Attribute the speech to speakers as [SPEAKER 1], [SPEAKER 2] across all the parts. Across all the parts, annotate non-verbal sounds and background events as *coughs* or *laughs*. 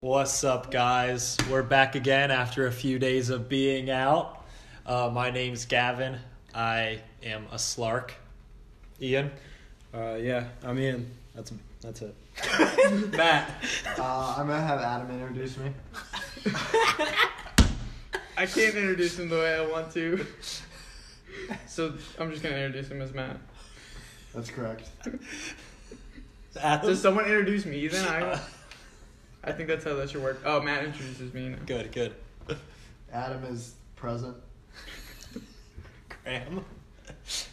[SPEAKER 1] What's up, guys? We're back again after a few days of being out. Uh, my name's Gavin. I am a slark. Ian.
[SPEAKER 2] Uh, yeah, I'm in. That's that's it. Matt.
[SPEAKER 3] Uh, I'm gonna have Adam introduce me.
[SPEAKER 4] I can't introduce him the way I want to. So I'm just gonna introduce him as Matt.
[SPEAKER 3] That's correct.
[SPEAKER 1] Adam.
[SPEAKER 4] Does someone introduce me then? I I think that's how that should work. Oh, Matt introduces me now.
[SPEAKER 1] good, good.
[SPEAKER 3] Adam is present.
[SPEAKER 1] Graham.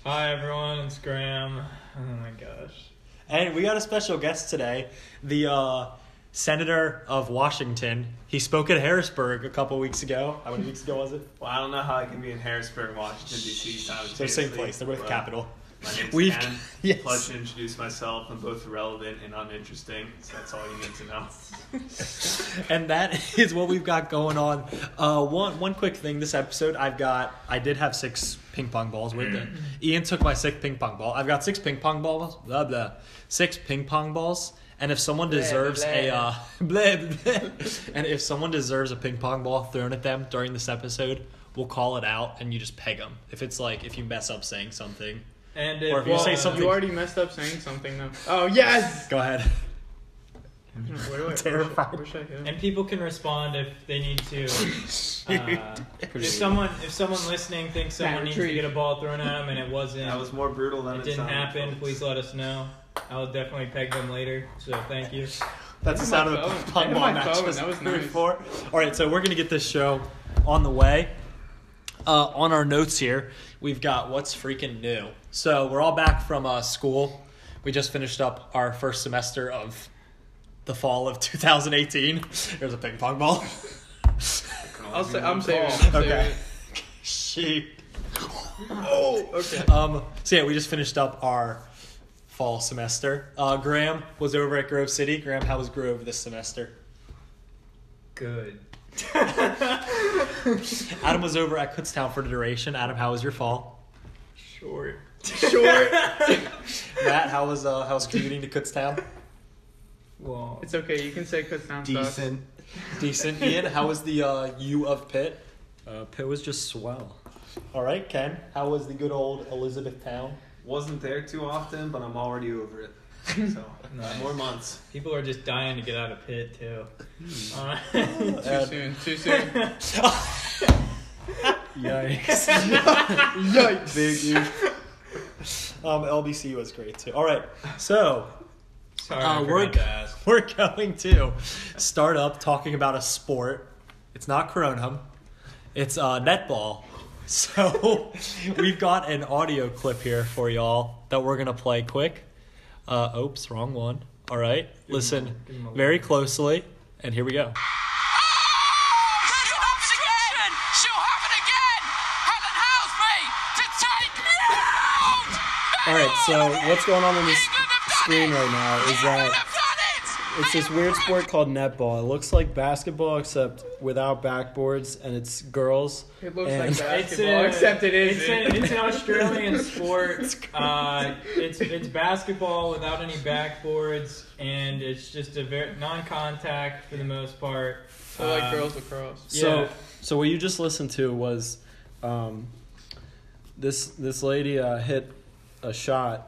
[SPEAKER 2] Hi everyone, it's Graham. Oh my gosh.
[SPEAKER 1] And we got a special guest today, the uh, Senator of Washington. He spoke at Harrisburg a couple weeks ago. How many weeks ago was it?
[SPEAKER 5] Well, I don't know how I can be in Harrisburg, Washington D.C.
[SPEAKER 1] They're the
[SPEAKER 5] simultaneously.
[SPEAKER 1] same place. They're both
[SPEAKER 5] but
[SPEAKER 1] capital.
[SPEAKER 5] My
[SPEAKER 2] *laughs*
[SPEAKER 1] We've-
[SPEAKER 5] name's We've, Adam.
[SPEAKER 1] yes.
[SPEAKER 5] Pleasure to introduce myself. I'm both irrelevant and uninteresting, so that's all you need to know.
[SPEAKER 1] and that *laughs* is what we've got going on. Uh, one one quick thing this episode, I've got I did have six ping pong balls with it. Ian took my six ping pong ball. I've got six ping pong balls, blah blah, six ping pong balls. And if someone deserves a
[SPEAKER 4] blah.
[SPEAKER 1] uh, *laughs* blah, blah, and if someone deserves a ping pong ball thrown at them during this episode, we'll call it out and you just peg them. If it's like if you mess up saying something,
[SPEAKER 2] And
[SPEAKER 1] Or if you
[SPEAKER 2] uh,
[SPEAKER 1] say something-
[SPEAKER 4] You already messed up saying something though. Oh yes.
[SPEAKER 1] go ahead.
[SPEAKER 4] Where do I?
[SPEAKER 1] Terrified.
[SPEAKER 4] Where should I go?
[SPEAKER 2] And people can respond if they need
[SPEAKER 5] *laughs*
[SPEAKER 2] to. Uh, if someone if someone listening thinks someone needs to
[SPEAKER 4] retreat.
[SPEAKER 2] get a ball thrown at them and it wasn't,
[SPEAKER 5] That was more brutal than
[SPEAKER 2] it
[SPEAKER 5] it
[SPEAKER 2] didn't
[SPEAKER 5] sounded,
[SPEAKER 2] happen,
[SPEAKER 5] folks.
[SPEAKER 2] please let us know. I will definitely peg them later. So thank you.
[SPEAKER 1] That's the
[SPEAKER 4] Hit
[SPEAKER 1] sound
[SPEAKER 4] my
[SPEAKER 1] of the
[SPEAKER 4] phone.
[SPEAKER 1] pong
[SPEAKER 4] Hit
[SPEAKER 1] ball
[SPEAKER 4] my
[SPEAKER 1] match.
[SPEAKER 4] phone.
[SPEAKER 1] was
[SPEAKER 4] That was
[SPEAKER 1] three,
[SPEAKER 4] nice.
[SPEAKER 1] four. All right, so we're gonna get this show on the way. Uh, on our notes here, we've got what's freaking new. So we're all back from uh, school. We just finished up our first semester of the fall of *laughs* 2018. There's a ping pong ball. *laughs*
[SPEAKER 4] I'll say I'm saving. it, I'm
[SPEAKER 1] Okay.
[SPEAKER 4] saving
[SPEAKER 1] *laughs*
[SPEAKER 4] it.
[SPEAKER 1] Shoot.
[SPEAKER 4] Oh. Okay.
[SPEAKER 1] Um, so yeah, we just finished up our fall semester. Uh, Graham was over at Grove City. Graham, how was Grove this semester?
[SPEAKER 2] Good.
[SPEAKER 1] *laughs* Adam was over at Kutztown for the duration. Adam, how was your fall?
[SPEAKER 4] Short. Short.
[SPEAKER 1] Matt, how was uh, how was commuting to *laughs* Kutztown?
[SPEAKER 2] Well,
[SPEAKER 4] It's okay. You can say because now
[SPEAKER 3] Decent.
[SPEAKER 1] Decent. Ian, how was the uh, U of Pitt?
[SPEAKER 2] uh, Pitt was just swell.
[SPEAKER 1] All right, Ken, how was the good old Elizabethtown?
[SPEAKER 5] Wasn't there too often, but I'm already over
[SPEAKER 2] *laughs*
[SPEAKER 5] it. So
[SPEAKER 2] Nice.
[SPEAKER 5] more months.
[SPEAKER 2] People are just dying to get out of Pitt too.
[SPEAKER 5] Hmm.
[SPEAKER 2] Uh, *laughs*
[SPEAKER 4] Too
[SPEAKER 1] *laughs* Uh,
[SPEAKER 4] soon. Too soon.
[SPEAKER 1] *laughs*
[SPEAKER 2] *laughs*
[SPEAKER 1] Yikes.
[SPEAKER 4] Yikes.
[SPEAKER 3] Big dude.
[SPEAKER 1] um, LBC was great too. All right, so
[SPEAKER 2] sorry,
[SPEAKER 1] Uh,
[SPEAKER 2] I forgot
[SPEAKER 1] we're-
[SPEAKER 2] to ask.
[SPEAKER 1] we're going to start up talking about a sport. It's not Coronham. It's uh, netball. *laughs* So we've got an audio clip here for y'all that we're gonna play quick. Uh, oops, wrong one. All right, listen
[SPEAKER 2] give him a
[SPEAKER 1] very
[SPEAKER 2] little-
[SPEAKER 1] closely, and here we go.
[SPEAKER 6] Hops again! She'll hop it again! Helen Housby to take out!
[SPEAKER 3] All right, so what's going on on this
[SPEAKER 6] England have done
[SPEAKER 3] screen
[SPEAKER 6] it!
[SPEAKER 3] right now is
[SPEAKER 6] England
[SPEAKER 3] that
[SPEAKER 6] have done it!
[SPEAKER 3] it's this weird sport called netball. It looks like basketball except without backboards, and it's girls.
[SPEAKER 4] It looks
[SPEAKER 3] And-
[SPEAKER 4] like
[SPEAKER 2] It's
[SPEAKER 4] basketball,
[SPEAKER 2] a,
[SPEAKER 4] except it
[SPEAKER 2] It's,
[SPEAKER 4] isn't.
[SPEAKER 2] an- it's
[SPEAKER 4] *laughs*
[SPEAKER 2] an Australian sport. Uh, it's it's basketball without any backboards, and it's just a very non-contact for the most part.
[SPEAKER 4] So like
[SPEAKER 1] Uh,
[SPEAKER 2] Um,
[SPEAKER 4] girls across.
[SPEAKER 2] Yeah.
[SPEAKER 3] So, so what you just listened to was um, this this lady uh, hit a shot.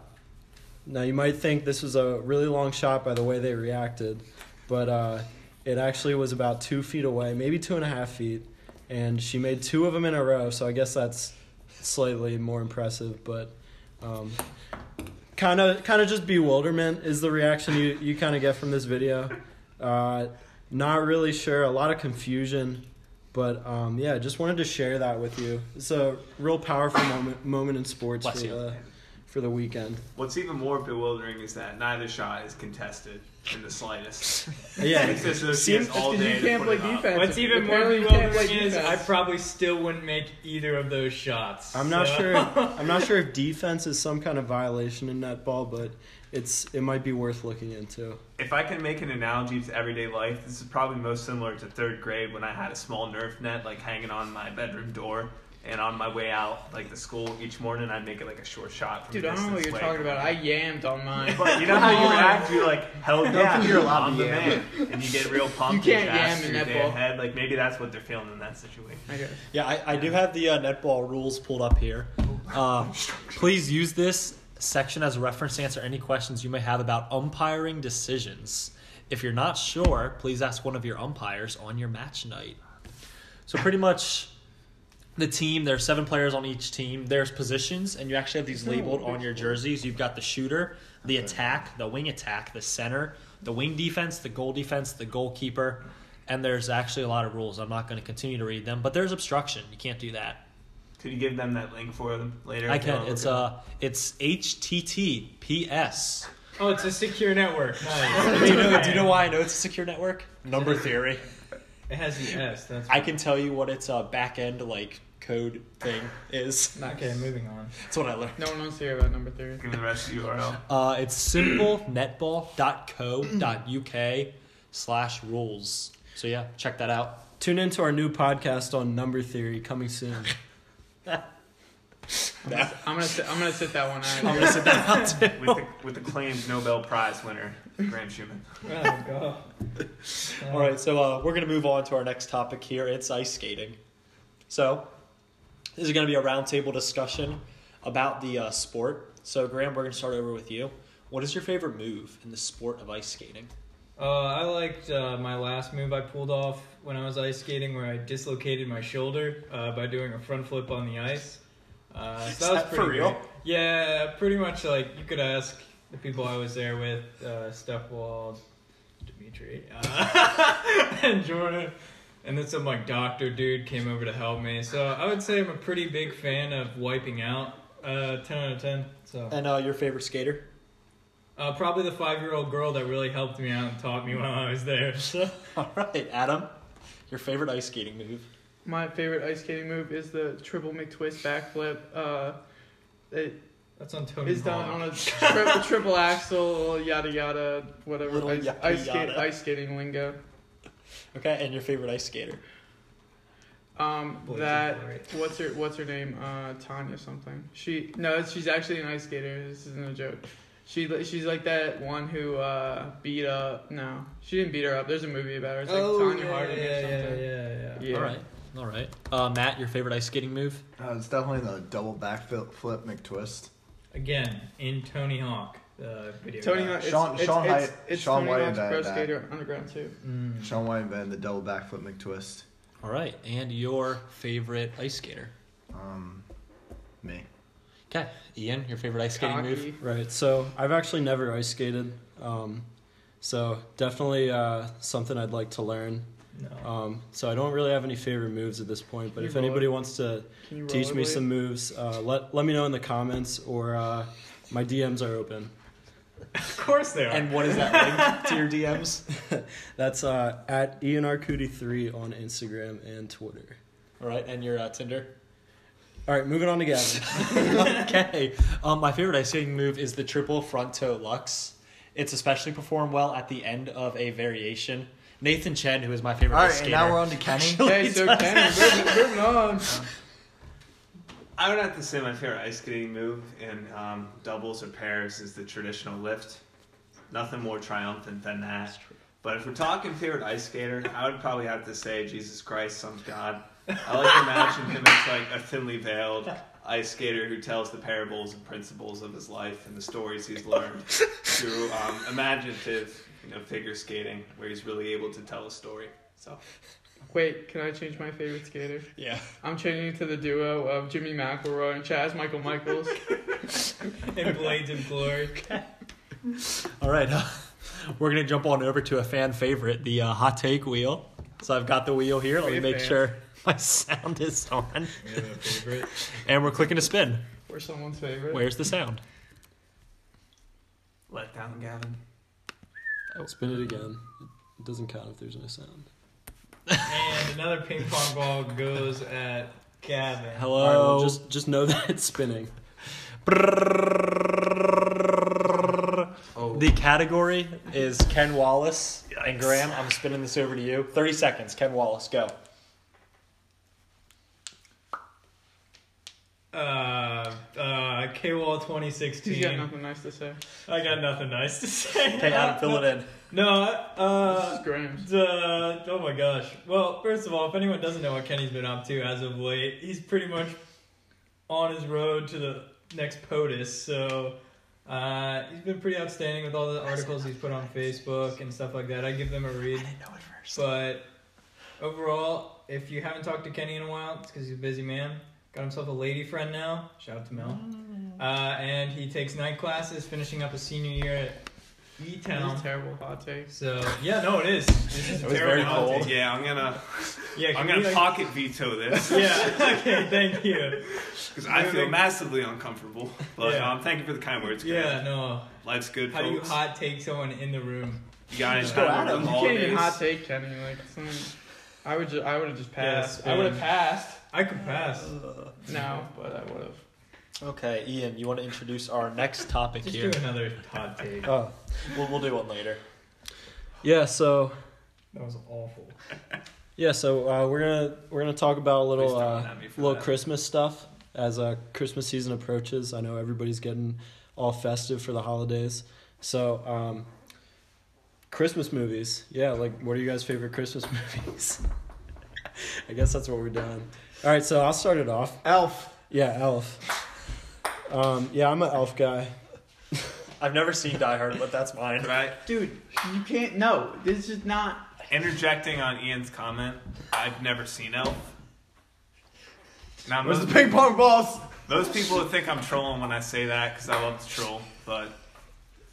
[SPEAKER 3] Now you might think this was a really long shot by the way they reacted, but uh, it actually was about two feet away, maybe two and a half feet, and she made two of them in a row. So I guess that's slightly more impressive, but. Um, Kind of, kind of, just bewilderment is the reaction you, you kind of get from this video. Uh, not really sure. A lot of confusion, but um, yeah, just wanted to share that with you. It's a real powerful moment, moment in sports
[SPEAKER 1] Bless
[SPEAKER 3] for
[SPEAKER 1] you.
[SPEAKER 3] the for the weekend.
[SPEAKER 5] What's even more bewildering is that neither shot is contested in the
[SPEAKER 2] *laughs*
[SPEAKER 5] slightest.
[SPEAKER 3] Yeah,
[SPEAKER 5] It's as though she has all
[SPEAKER 4] Because
[SPEAKER 5] day
[SPEAKER 4] you
[SPEAKER 5] to
[SPEAKER 4] can't
[SPEAKER 5] put
[SPEAKER 4] play
[SPEAKER 5] it up.
[SPEAKER 4] defense.
[SPEAKER 2] What's even more
[SPEAKER 4] Apparently you can't play
[SPEAKER 2] bewildering is I
[SPEAKER 4] defense.
[SPEAKER 2] probably still wouldn't make either of those shots.
[SPEAKER 3] I'm not
[SPEAKER 2] so- *laughs*
[SPEAKER 3] sure. I'm not sure if defense is some kind of violation in netball, but it's it might be worth looking into.
[SPEAKER 5] If I can make an analogy to everyday life, this is probably most similar to third grade when I had a small Nerf net like hanging on my bedroom door, And on my way out, like to school each morning, I'd make it like a short shot. From
[SPEAKER 4] Dude, I don't know
[SPEAKER 5] distance
[SPEAKER 4] what you're
[SPEAKER 5] way.
[SPEAKER 4] talking about. I yammed on mine.
[SPEAKER 1] *laughs*
[SPEAKER 5] But you know how you react? You're like, hell yeah,
[SPEAKER 3] you're
[SPEAKER 5] you're
[SPEAKER 3] allowed
[SPEAKER 5] I'm
[SPEAKER 3] to
[SPEAKER 5] the man.
[SPEAKER 3] yam.
[SPEAKER 5] And you get
[SPEAKER 4] *laughs*
[SPEAKER 5] real pumped
[SPEAKER 4] You
[SPEAKER 5] and
[SPEAKER 4] can't
[SPEAKER 5] fast
[SPEAKER 4] yam
[SPEAKER 5] your
[SPEAKER 4] in that
[SPEAKER 5] day
[SPEAKER 4] ball.
[SPEAKER 5] ahead. Like maybe that's what they're feeling in that situation.
[SPEAKER 4] I guess.
[SPEAKER 1] Yeah, I, I do have the uh, netball rules pulled up here. Uh, please use this section as a reference to answer any questions you may have about umpiring decisions. If you're not sure, please ask one of your umpires on your match night. So, pretty much the team, there are seven players on each team. There's positions, and you actually have these labeled on your jerseys. You've got the shooter, the attack, the wing attack, the center, the wing defense, the goal defense, the goalkeeper. And there's actually a lot of rules. I'm not going to continue to read them, but there's obstruction. You can't do that.
[SPEAKER 5] Could you give them that link for them later?
[SPEAKER 1] I
[SPEAKER 5] if they
[SPEAKER 1] can.
[SPEAKER 5] wanna
[SPEAKER 1] It's
[SPEAKER 5] look it up?
[SPEAKER 1] uh, it's HTTPS.
[SPEAKER 2] Oh, it's a secure network. Nice.
[SPEAKER 1] *laughs* Do you know? Do you know why I know it's a secure network? Number theory.
[SPEAKER 2] It has the S. That's
[SPEAKER 1] I can tell you what its uh, back end like code thing is.
[SPEAKER 2] okay. Moving
[SPEAKER 1] *laughs*
[SPEAKER 2] on.
[SPEAKER 1] That's what I learned.
[SPEAKER 4] No one wants to hear about number three.
[SPEAKER 5] Give me the rest of the
[SPEAKER 1] *laughs*
[SPEAKER 5] URL.
[SPEAKER 1] Uh, it's simplenetball.co.uk slash rules. So yeah, check that out.
[SPEAKER 3] Tune into our new podcast on number theory coming
[SPEAKER 1] *laughs*
[SPEAKER 3] soon.
[SPEAKER 4] I'm gonna sit, I'm gonna sit that one out.
[SPEAKER 1] I'm *laughs* gonna sit that out too.
[SPEAKER 5] With the, with the claimed Nobel Prize winner, Graham Schumann.
[SPEAKER 2] Oh god.
[SPEAKER 1] All right, so uh, we're gonna move on to our next topic here. It's ice skating. So this is gonna be a roundtable discussion about the uh, sport. So Graham, we're gonna start over with you. What is your favorite move in the sport of ice skating?
[SPEAKER 2] Uh, I liked uh, my last move I pulled off when I was ice skating, where I dislocated my shoulder uh, by doing a front flip on the ice. Uh, so that was
[SPEAKER 5] that for
[SPEAKER 2] pretty
[SPEAKER 5] real?
[SPEAKER 2] great. Yeah, pretty much. Like you could ask the people I was there with, uh, Stepwald, Dimitri, uh, *laughs* and Jordan, and then some like doctor dude came over to help me. So I would say I'm a pretty big fan of wiping out. Uh, ten out of ten. So.
[SPEAKER 1] And uh, your favorite skater?
[SPEAKER 2] Uh, probably the five-year-old girl that really helped me out and taught me while I was there. So.
[SPEAKER 1] *laughs* All right, Adam, your favorite ice skating move?
[SPEAKER 4] My favorite ice skating move is the triple McTwist backflip. Uh, it
[SPEAKER 2] That's on Tony.
[SPEAKER 4] is done
[SPEAKER 2] Hawk.
[SPEAKER 4] on a tri- *laughs* triple axle, yada yada, whatever
[SPEAKER 1] Little
[SPEAKER 4] ice,
[SPEAKER 1] yappy
[SPEAKER 4] ice, skate,
[SPEAKER 1] yada.
[SPEAKER 4] ice skating lingo.
[SPEAKER 1] Okay, and your favorite ice skater?
[SPEAKER 4] Um,
[SPEAKER 2] Boys
[SPEAKER 4] that
[SPEAKER 2] are great.
[SPEAKER 4] what's her what's her name? Uh, Tanya something. She no, she's actually an ice skater. This isn't a joke. She li- she's like that one who uh, beat up. No, she didn't beat her up. There's a movie about her. It's like
[SPEAKER 1] Oh,
[SPEAKER 4] Tanya Harding or something.
[SPEAKER 2] Oh, yeah,
[SPEAKER 4] Yeah.
[SPEAKER 1] All right, all right. Uh, Matt, your favorite ice skating move?
[SPEAKER 7] Uh, it's definitely the double back flip, flip McTwist.
[SPEAKER 2] Again, in Tony Hawk, the video.
[SPEAKER 4] Tony,
[SPEAKER 2] game.
[SPEAKER 4] Hunt- it's,
[SPEAKER 7] Sean-
[SPEAKER 4] it's,
[SPEAKER 7] Sean
[SPEAKER 4] it's,
[SPEAKER 7] White-
[SPEAKER 4] it's
[SPEAKER 7] Sean
[SPEAKER 4] Tony
[SPEAKER 7] White
[SPEAKER 4] Hunt's pro
[SPEAKER 7] invented that.
[SPEAKER 4] skater underground too.
[SPEAKER 2] Mm.
[SPEAKER 7] Sean White invented the double back flip McTwist.
[SPEAKER 1] All right, and your favorite ice skater?
[SPEAKER 7] Um, me.
[SPEAKER 1] Okay, Ian, your favorite ice skating move?
[SPEAKER 4] Cocky.
[SPEAKER 3] right. So I've actually never ice skated. Um, so definitely uh, something I'd like to learn.
[SPEAKER 2] No.
[SPEAKER 3] Um, so I don't really have any favorite moves at this point. But
[SPEAKER 4] You
[SPEAKER 3] if
[SPEAKER 4] roll
[SPEAKER 3] anybody
[SPEAKER 4] it.
[SPEAKER 3] wants to
[SPEAKER 4] Can you
[SPEAKER 3] teach me
[SPEAKER 4] rollerblade?
[SPEAKER 3] some moves, uh, let let me know in the comments or uh, my DMs are open.
[SPEAKER 2] Of course they are.
[SPEAKER 1] And what is that link to your DMs?
[SPEAKER 3] That's uh, at Ian Arcudi three on Instagram and Twitter.
[SPEAKER 1] All right, and your uh, Tinder?
[SPEAKER 3] All right, moving on to Gavin.
[SPEAKER 1] okay. Um, my favorite ice skating move is the triple front toe lux. It's especially performed well at the end of a variation. Nathan Chen, who is my favorite
[SPEAKER 7] All
[SPEAKER 1] ice
[SPEAKER 7] right, and
[SPEAKER 1] skater.
[SPEAKER 7] now we're on to *laughs* Kenny.
[SPEAKER 4] *laughs* Okay, so
[SPEAKER 3] *laughs*
[SPEAKER 4] Kenny, moving- moving on.
[SPEAKER 5] I would have to say my favorite ice skating move in um, doubles or pairs is the traditional lift. Nothing more triumphant than that. But if we're talking favorite ice skater, I would probably have to say Jesus Christ, some god. I like to imagine him as like a thinly veiled ice skater who tells the parables and principles of his life and the stories he's learned through um, imaginative, you know, figure skating, where he's really able to tell a story. So
[SPEAKER 4] Wait, can I change my favorite skater?
[SPEAKER 1] Yeah.
[SPEAKER 4] I'm changing it to the duo of Jimmy McElroy and Chaz Michael
[SPEAKER 3] *laughs*
[SPEAKER 4] Michaels.
[SPEAKER 2] in Blades of Glory.
[SPEAKER 1] All right. *laughs* uh, we're going to jump on over to a fan favorite, the uh, hot take wheel. So I've got the wheel here. Let me
[SPEAKER 4] We're
[SPEAKER 1] make
[SPEAKER 4] fans.
[SPEAKER 1] sure *laughs* my sound is on.
[SPEAKER 2] You have a favorite?
[SPEAKER 1] *laughs* And we're clicking to spin.
[SPEAKER 4] or someone's favorite.
[SPEAKER 1] Where's the sound?
[SPEAKER 5] let down Gavin.
[SPEAKER 3] Spin it again. It doesn't count if there's no sound.
[SPEAKER 2] And another ping pong ball goes at Gavin.
[SPEAKER 3] All right, well,
[SPEAKER 1] Hello.
[SPEAKER 3] just just know *laughs* that it's spinning.
[SPEAKER 2] Oh.
[SPEAKER 1] The category is Ken Wallace and Graham. I'm spinning this over to you. 30 seconds. Ken Wallace, go.
[SPEAKER 2] Uh, uh, KWall 2016.
[SPEAKER 4] He's got nothing nice to say.
[SPEAKER 2] I got nothing nice to say.
[SPEAKER 1] Okay, Adam, fill it in.
[SPEAKER 2] No,
[SPEAKER 4] this
[SPEAKER 2] uh,
[SPEAKER 4] is Graham's.
[SPEAKER 2] the, oh my gosh. Well, first of all, if anyone doesn't know what Kenny's been up to as of late, he's pretty much on his road to the next POTUS. So uh, he's been pretty outstanding with all the articles he's put on Facebook and stuff like that. I give them a read.
[SPEAKER 1] I know it first.
[SPEAKER 2] But overall, if you haven't talked to Kenny in a while, it's because he's a busy man. Got himself a lady friend now. Shout out to Mel.
[SPEAKER 1] Mm.
[SPEAKER 2] Uh, and he takes night classes, finishing up his senior year at E
[SPEAKER 4] This
[SPEAKER 2] Town.
[SPEAKER 4] is terrible hot takes.
[SPEAKER 2] So yeah, no, it is. This is
[SPEAKER 1] It was
[SPEAKER 5] *laughs*
[SPEAKER 2] terrible.
[SPEAKER 1] very cold.
[SPEAKER 5] Yeah, I'm gonna
[SPEAKER 2] Yeah,
[SPEAKER 5] I'm
[SPEAKER 2] can we,
[SPEAKER 5] gonna
[SPEAKER 2] like-
[SPEAKER 5] pocket veto this
[SPEAKER 2] *laughs* Yeah. Okay. Thank you.
[SPEAKER 5] because I feel massively uncomfortable. But
[SPEAKER 2] Yeah.
[SPEAKER 5] um, thank you for the kind words. Grant.
[SPEAKER 2] Yeah. No.
[SPEAKER 5] life's good.
[SPEAKER 2] How do you
[SPEAKER 5] folks.
[SPEAKER 2] hot take someone in the room?
[SPEAKER 5] You guys
[SPEAKER 7] Just go at
[SPEAKER 5] have
[SPEAKER 7] him. You
[SPEAKER 4] You
[SPEAKER 5] the
[SPEAKER 4] can't
[SPEAKER 5] holidays.
[SPEAKER 4] even hot take Kenny. Like, it's not- I would just, I would have just passed.
[SPEAKER 2] Yeah,
[SPEAKER 4] I would have
[SPEAKER 2] man.
[SPEAKER 4] passed
[SPEAKER 2] I could pass.
[SPEAKER 4] now, but I would have.
[SPEAKER 1] Okay, Ian, you want to introduce our next topic
[SPEAKER 2] Just
[SPEAKER 1] here?
[SPEAKER 2] do another hot take. That
[SPEAKER 3] Oh,
[SPEAKER 1] We'll, we'll do one later.
[SPEAKER 3] yeah. So
[SPEAKER 2] was awful.
[SPEAKER 3] yeah, so uh, we're gonna we're gonna talk about a
[SPEAKER 5] Please
[SPEAKER 3] little
[SPEAKER 5] don't
[SPEAKER 3] uh,
[SPEAKER 5] at me for
[SPEAKER 3] little
[SPEAKER 5] that.
[SPEAKER 3] Christmas stuff as uh, Christmas season approaches. I know everybody's getting all festive for the holidays. So um, Christmas movies, yeah. Like, what are you guys' favorite Christmas *laughs* movies? I guess that's what we're doing. All right, so I'll start it off.
[SPEAKER 7] Elf.
[SPEAKER 3] Yeah, Elf. Um, yeah, I'm an Elf guy. *laughs*
[SPEAKER 1] I've never seen Die Hard, but that's mine.
[SPEAKER 5] Right,
[SPEAKER 4] Dude, you can't. No, this is not.
[SPEAKER 5] interjecting on Ian's comment, I've never seen Elf. Now,
[SPEAKER 7] Where's
[SPEAKER 5] most,
[SPEAKER 7] the
[SPEAKER 5] *laughs*
[SPEAKER 7] ping pong balls?
[SPEAKER 5] those people would think I'm trolling when I say that because I love to troll, but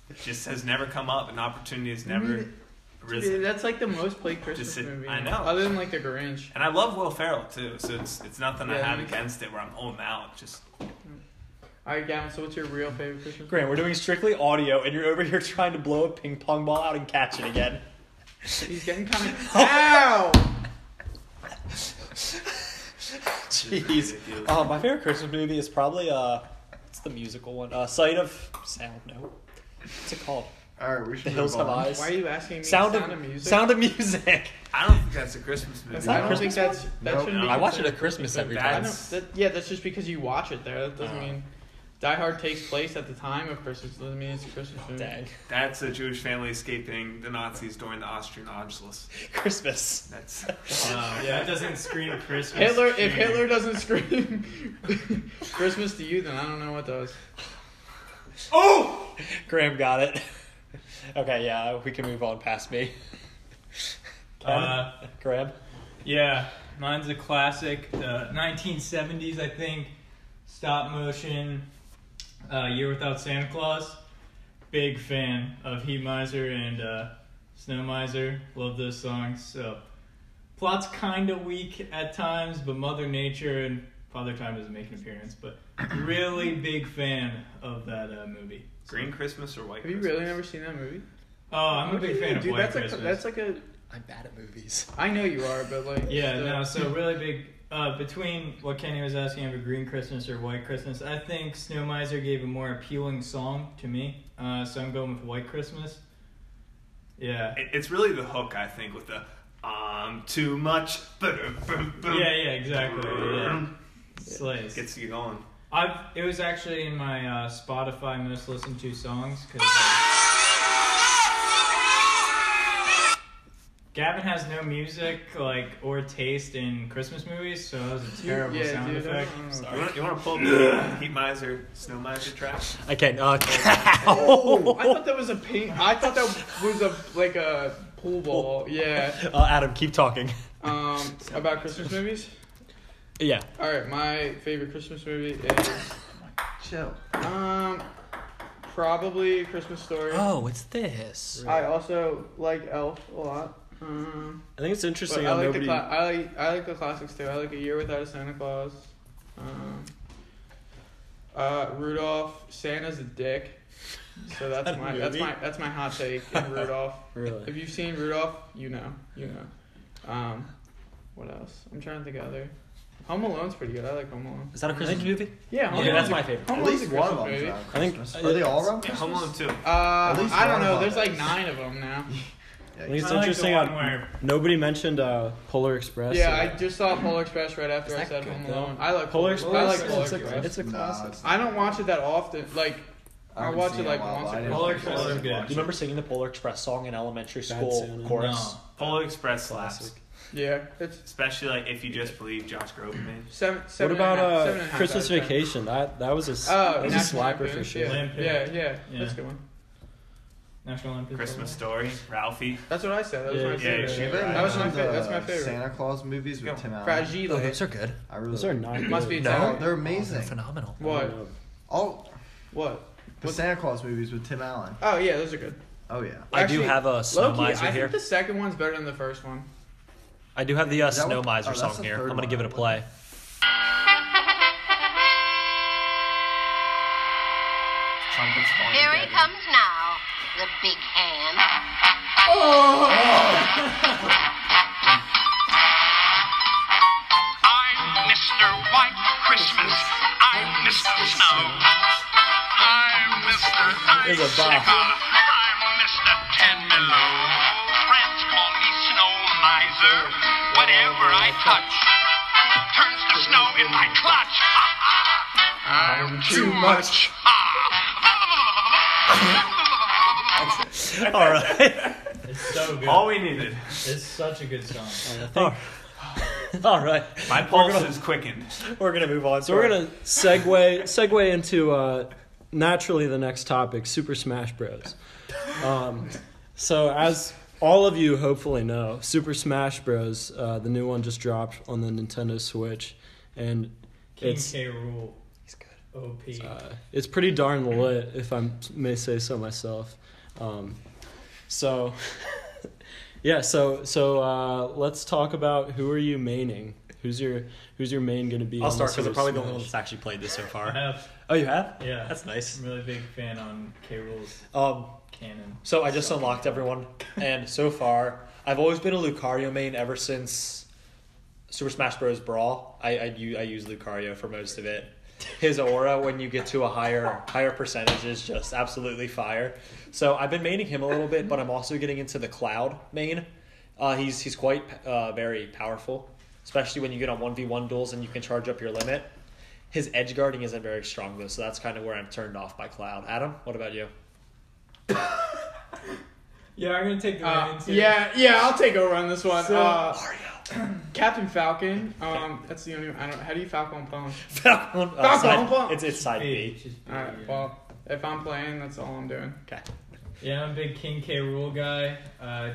[SPEAKER 5] it just has never come up. An opportunity has never
[SPEAKER 4] Dude,
[SPEAKER 5] arisen.
[SPEAKER 4] that's like the most
[SPEAKER 2] *laughs*
[SPEAKER 4] played Christmas
[SPEAKER 5] Just sit-
[SPEAKER 4] movie.
[SPEAKER 5] I know.
[SPEAKER 4] Other than like The Grinch.
[SPEAKER 5] And I love Will Ferrell too, so it's it's nothing I
[SPEAKER 4] Yeah.
[SPEAKER 5] have against it where I'm oh now just
[SPEAKER 4] All right, Gavin. So, what's your real favorite Christmas?
[SPEAKER 1] Grant, we're doing strictly audio, and you're over here *laughs* trying to blow a ping pong ball out and catch it *laughs* again.
[SPEAKER 4] movie? He's getting kind
[SPEAKER 1] *laughs*
[SPEAKER 4] of. Ow!
[SPEAKER 1] Jeez. Uh, my favorite Christmas movie is probably uh, it's the musical one. Uh, Sight of Sound. No, what's it called?
[SPEAKER 7] All right, we should
[SPEAKER 1] The
[SPEAKER 7] move
[SPEAKER 1] Hills Have
[SPEAKER 7] on.
[SPEAKER 1] Eyes.
[SPEAKER 4] Why are you asking me?
[SPEAKER 1] Sound,
[SPEAKER 4] sound
[SPEAKER 1] of,
[SPEAKER 4] music.
[SPEAKER 1] Sound of Music.
[SPEAKER 5] I don't think that's a Christmas movie.
[SPEAKER 4] I don't
[SPEAKER 1] Christmas
[SPEAKER 4] think that's. That
[SPEAKER 7] Nope.
[SPEAKER 1] *laughs*
[SPEAKER 4] shouldn't be
[SPEAKER 1] I watch it
[SPEAKER 4] considered
[SPEAKER 1] at Christmas every
[SPEAKER 4] I
[SPEAKER 1] time.
[SPEAKER 4] know.
[SPEAKER 5] That's-
[SPEAKER 4] That, yeah, that's just because you watch it there. That doesn't
[SPEAKER 1] Oh.
[SPEAKER 4] mean Die Hard takes place at the time of Christmas. Doesn't mean it's a Christmas movie.
[SPEAKER 1] Oh, Dang,
[SPEAKER 5] That's a Jewish family escaping the Nazis during the Austrian Anschluss.
[SPEAKER 1] Christmas.
[SPEAKER 5] *laughs* That's
[SPEAKER 2] Wow, yeah, it doesn't scream Christmas.
[SPEAKER 4] Hitler.
[SPEAKER 2] to me.
[SPEAKER 4] If
[SPEAKER 1] *laughs*
[SPEAKER 4] Hitler doesn't scream *laughs* Christmas to you, then I don't know what does.
[SPEAKER 1] Oh, Graham got it. *laughs* Okay, yeah, we can move on past *laughs* me.
[SPEAKER 2] Uh,
[SPEAKER 1] Graham.
[SPEAKER 2] yeah, mine's a classic. The 1970s, I think, stop motion, uh, Year Without Santa Claus. Big fan of Heat Miser and uh, Snow Miser. Love those songs. So, plot's kind of weak at times, but Mother Nature and Father Time doesn't make an appearance. But really big fan of that uh, movie. So-
[SPEAKER 5] Green Christmas or White
[SPEAKER 4] Have you
[SPEAKER 5] Christmas?
[SPEAKER 4] really never seen that movie?
[SPEAKER 2] Oh, I'm a
[SPEAKER 4] What do
[SPEAKER 2] big
[SPEAKER 4] you
[SPEAKER 2] fan
[SPEAKER 4] mean,
[SPEAKER 2] of
[SPEAKER 4] Dude,
[SPEAKER 2] White
[SPEAKER 4] that's
[SPEAKER 2] Christmas.
[SPEAKER 4] like a, that's like a.
[SPEAKER 1] I'm bad at movies.
[SPEAKER 4] I know you are, but like.
[SPEAKER 2] Yeah,
[SPEAKER 4] the- *laughs*
[SPEAKER 2] no, so really big. Uh, between what Kenny was asking of a green Christmas or white Christmas, I think Snow Miser gave a more appealing song to me. Uh, so I'm going with White Christmas. Yeah.
[SPEAKER 5] It- It's really the hook, I think, with the um too much. Boom, boom,
[SPEAKER 2] Yeah,
[SPEAKER 5] boom.
[SPEAKER 2] yeah, exactly. Yeah. Slays.
[SPEAKER 5] Gets you going.
[SPEAKER 2] I've, it was actually in my uh, Spotify most listened to songs. Cause, Gavin has no music like or taste in Christmas movies, so that was a
[SPEAKER 4] you-
[SPEAKER 2] terrible
[SPEAKER 4] yeah,
[SPEAKER 2] sound
[SPEAKER 4] dude, Mm. I
[SPEAKER 2] effect.
[SPEAKER 4] don't know.
[SPEAKER 5] You want, you want to pull up the Heat Miser, Snow Miser trap?
[SPEAKER 1] I can't. *laughs* Uh, Oh.
[SPEAKER 4] I thought that was a pink. I thought that was a like a pool ball. Yeah.
[SPEAKER 1] *laughs* uh, Adam, keep talking.
[SPEAKER 2] *laughs*
[SPEAKER 4] Um, about Christmas movies.
[SPEAKER 1] Yeah.
[SPEAKER 4] All right, my favorite Christmas movie is
[SPEAKER 7] Chill.
[SPEAKER 4] um probably A Christmas Story.
[SPEAKER 1] Oh, what's this?
[SPEAKER 4] I also like Elf a lot. Um,
[SPEAKER 3] I think it's
[SPEAKER 4] but
[SPEAKER 3] interesting
[SPEAKER 4] I
[SPEAKER 3] how
[SPEAKER 4] like
[SPEAKER 3] nobody.
[SPEAKER 4] the cla- I like I like the classics too. I like A Year Without a Santa Claus. Um, uh, Rudolph, Santa's a
[SPEAKER 7] *laughs*
[SPEAKER 4] dick. So that's
[SPEAKER 1] that a
[SPEAKER 4] my that's
[SPEAKER 1] movie?
[SPEAKER 4] my that's my hot take in Rudolph.
[SPEAKER 3] Really?
[SPEAKER 4] If you've seen Rudolph, you know, you know. Um, what else? I'm trying to think of other. Home Alone's pretty good. I like Home Alone.
[SPEAKER 1] Is that a Christmas movie?
[SPEAKER 4] Yeah, Home
[SPEAKER 1] Okay,
[SPEAKER 4] Alone.
[SPEAKER 1] that's my favorite.
[SPEAKER 4] Home
[SPEAKER 7] At
[SPEAKER 4] Alone's a
[SPEAKER 7] least one
[SPEAKER 4] Christmas
[SPEAKER 7] of
[SPEAKER 4] movie.
[SPEAKER 7] them.
[SPEAKER 3] I think-
[SPEAKER 7] Are they all around
[SPEAKER 5] Yeah, Home Alone
[SPEAKER 7] At
[SPEAKER 4] Uh,
[SPEAKER 5] 2.
[SPEAKER 7] least
[SPEAKER 4] I
[SPEAKER 7] one
[SPEAKER 4] don't
[SPEAKER 7] of
[SPEAKER 4] know.
[SPEAKER 7] them.
[SPEAKER 4] There's like nine of them now.
[SPEAKER 3] I think it's
[SPEAKER 2] I like the
[SPEAKER 3] interesting
[SPEAKER 2] one
[SPEAKER 3] how
[SPEAKER 2] where-
[SPEAKER 3] nobody mentioned uh, Polar Express.
[SPEAKER 4] Yeah,
[SPEAKER 3] or-
[SPEAKER 4] I just saw Polar Express right after I
[SPEAKER 2] that
[SPEAKER 4] said
[SPEAKER 2] good,
[SPEAKER 4] Home
[SPEAKER 2] though?
[SPEAKER 4] Alone. I like
[SPEAKER 3] Polar
[SPEAKER 4] I like
[SPEAKER 3] Express.
[SPEAKER 4] Polar
[SPEAKER 3] it's, a,
[SPEAKER 4] Express.
[SPEAKER 3] it's a classic.
[SPEAKER 4] I don't watch it that often. Like, I
[SPEAKER 7] haven't
[SPEAKER 4] watch
[SPEAKER 7] seen
[SPEAKER 4] it, like,
[SPEAKER 7] in a while,
[SPEAKER 4] once
[SPEAKER 7] but
[SPEAKER 4] or
[SPEAKER 7] I
[SPEAKER 4] twice.
[SPEAKER 7] didn't
[SPEAKER 2] Polar
[SPEAKER 7] watch
[SPEAKER 2] Express
[SPEAKER 7] it.
[SPEAKER 2] is good.
[SPEAKER 1] Do you remember singing the Polar Express song in elementary
[SPEAKER 3] Bad
[SPEAKER 1] school
[SPEAKER 3] Santa.
[SPEAKER 1] chorus?
[SPEAKER 5] Polar Express
[SPEAKER 3] Classic.
[SPEAKER 5] slaps.
[SPEAKER 4] yeah, it's
[SPEAKER 5] Especially like if you just believe Josh Groban, man.
[SPEAKER 4] seven.
[SPEAKER 3] What
[SPEAKER 4] seven and a
[SPEAKER 3] about
[SPEAKER 4] half- seven and a
[SPEAKER 3] uh,
[SPEAKER 4] half
[SPEAKER 3] Christmas
[SPEAKER 4] out of ten.
[SPEAKER 3] Vacation? That that was a, s-
[SPEAKER 4] Oh,
[SPEAKER 3] that was a
[SPEAKER 4] National
[SPEAKER 3] slapper for
[SPEAKER 4] Lampoon,
[SPEAKER 3] sure.
[SPEAKER 4] Yeah,
[SPEAKER 2] Lampoon.
[SPEAKER 4] yeah, yeah,
[SPEAKER 2] Yeah.
[SPEAKER 4] That's a good one.
[SPEAKER 2] National Olympic
[SPEAKER 5] Christmas
[SPEAKER 2] Day.
[SPEAKER 5] Story, Ralphie.
[SPEAKER 4] That's what I said. That was
[SPEAKER 2] Yeah,
[SPEAKER 4] my
[SPEAKER 2] yeah,
[SPEAKER 4] favorite.
[SPEAKER 5] yeah,
[SPEAKER 4] That was my
[SPEAKER 7] Remember
[SPEAKER 4] favorite.
[SPEAKER 7] the
[SPEAKER 4] That's my favorite.
[SPEAKER 7] Santa Claus movies with
[SPEAKER 5] Go.
[SPEAKER 7] Tim Allen.
[SPEAKER 4] Fragile.
[SPEAKER 1] Oh, are good.
[SPEAKER 7] I really
[SPEAKER 3] Those are not.
[SPEAKER 4] Must be
[SPEAKER 3] good.
[SPEAKER 7] No,
[SPEAKER 4] Italian.
[SPEAKER 7] they're amazing.
[SPEAKER 1] phenomenal.
[SPEAKER 3] I
[SPEAKER 4] What?
[SPEAKER 3] don't know.
[SPEAKER 7] All
[SPEAKER 4] What?
[SPEAKER 7] the
[SPEAKER 4] What's-
[SPEAKER 7] Santa Claus movies with Tim Allen.
[SPEAKER 4] Oh yeah, those are good.
[SPEAKER 7] Oh yeah.
[SPEAKER 1] I do
[SPEAKER 4] Actually,
[SPEAKER 1] have a snow
[SPEAKER 4] Loki, I
[SPEAKER 1] miser
[SPEAKER 4] think
[SPEAKER 1] here.
[SPEAKER 4] the second one's better than the first one.
[SPEAKER 1] I do have the uh,
[SPEAKER 7] Is that
[SPEAKER 1] snow
[SPEAKER 7] what-
[SPEAKER 1] miser
[SPEAKER 7] oh, that's
[SPEAKER 1] song
[SPEAKER 7] the
[SPEAKER 1] here.
[SPEAKER 7] third
[SPEAKER 1] I'm gonna
[SPEAKER 7] one.
[SPEAKER 1] give it a play.
[SPEAKER 5] Trumpets falling
[SPEAKER 8] Here he
[SPEAKER 5] dead.
[SPEAKER 8] comes now, the big hand.
[SPEAKER 6] I'm Mr. White Christmas. I'm Mr. Snow. I'm Mr.
[SPEAKER 1] There's a
[SPEAKER 6] Icicle.
[SPEAKER 1] bop.
[SPEAKER 6] I'm Mr. Ten Below. Friends call me Snow Miser. Whatever I touch turns to snow in my clutch. I'm too much.
[SPEAKER 1] All right.
[SPEAKER 2] It's so good.
[SPEAKER 5] All we needed.
[SPEAKER 2] It's such a good song.
[SPEAKER 1] All right.
[SPEAKER 5] My pulse is quickened.
[SPEAKER 1] We're gonna move on.
[SPEAKER 3] So we're gonna segue segue into uh, naturally the next topic, Super Smash Bros. Um, so as all of you hopefully know, Super Smash Bros. Uh, the new one just dropped on the Nintendo Switch, and
[SPEAKER 2] King
[SPEAKER 3] it's
[SPEAKER 2] K. Rule.
[SPEAKER 1] He's good.
[SPEAKER 2] OP.
[SPEAKER 3] uh, it's pretty darn lit, if I may say so myself. Um, so. *laughs* Yeah, so so uh, let's talk about who are you maining? Who's your who's your main going to be?
[SPEAKER 1] *laughs* I'll
[SPEAKER 3] on
[SPEAKER 1] start because
[SPEAKER 3] Super
[SPEAKER 1] I'm probably the only
[SPEAKER 3] Smash?
[SPEAKER 1] one that's actually played this so
[SPEAKER 2] I
[SPEAKER 1] far.
[SPEAKER 2] have,
[SPEAKER 1] Oh, you have?
[SPEAKER 2] yeah.
[SPEAKER 1] That's nice.
[SPEAKER 2] I'm really big fan on K. Rule's
[SPEAKER 1] Um,
[SPEAKER 2] canon.
[SPEAKER 1] so I just unlocked everyone, and so far I've always been a Lucario main ever since Super Smash Bros. Brawl. I I, u- I use Lucario for most of it. His aura when you get to a higher higher percentage is just absolutely fire. So I've been maining him a little bit, but I'm also getting into the Cloud main. Uh, he's he's quite uh, very powerful, especially when you get on one v one duels and you can charge up your limit. His edge guarding isn't very strong though, so that's kind of where I'm turned off by Cloud. Adam, what about you?
[SPEAKER 2] Yeah, I'm gonna take the
[SPEAKER 4] Uh,
[SPEAKER 2] main too.
[SPEAKER 4] yeah, yeah, I'll take over on this one.
[SPEAKER 2] So-
[SPEAKER 4] uh, Captain Falcon. Um, that's the only. I don't. How do you Falcon plone?
[SPEAKER 1] Falcon. uh,
[SPEAKER 4] Falcon,
[SPEAKER 1] side-
[SPEAKER 4] Falcon.
[SPEAKER 1] It's it's side
[SPEAKER 2] B.
[SPEAKER 1] B.
[SPEAKER 2] She's big,
[SPEAKER 4] All right.
[SPEAKER 2] yeah.
[SPEAKER 4] Well, if I'm playing, that's all I'm doing.
[SPEAKER 1] Okay.
[SPEAKER 2] Yeah, I'm a big King K. Rule guy. Uh,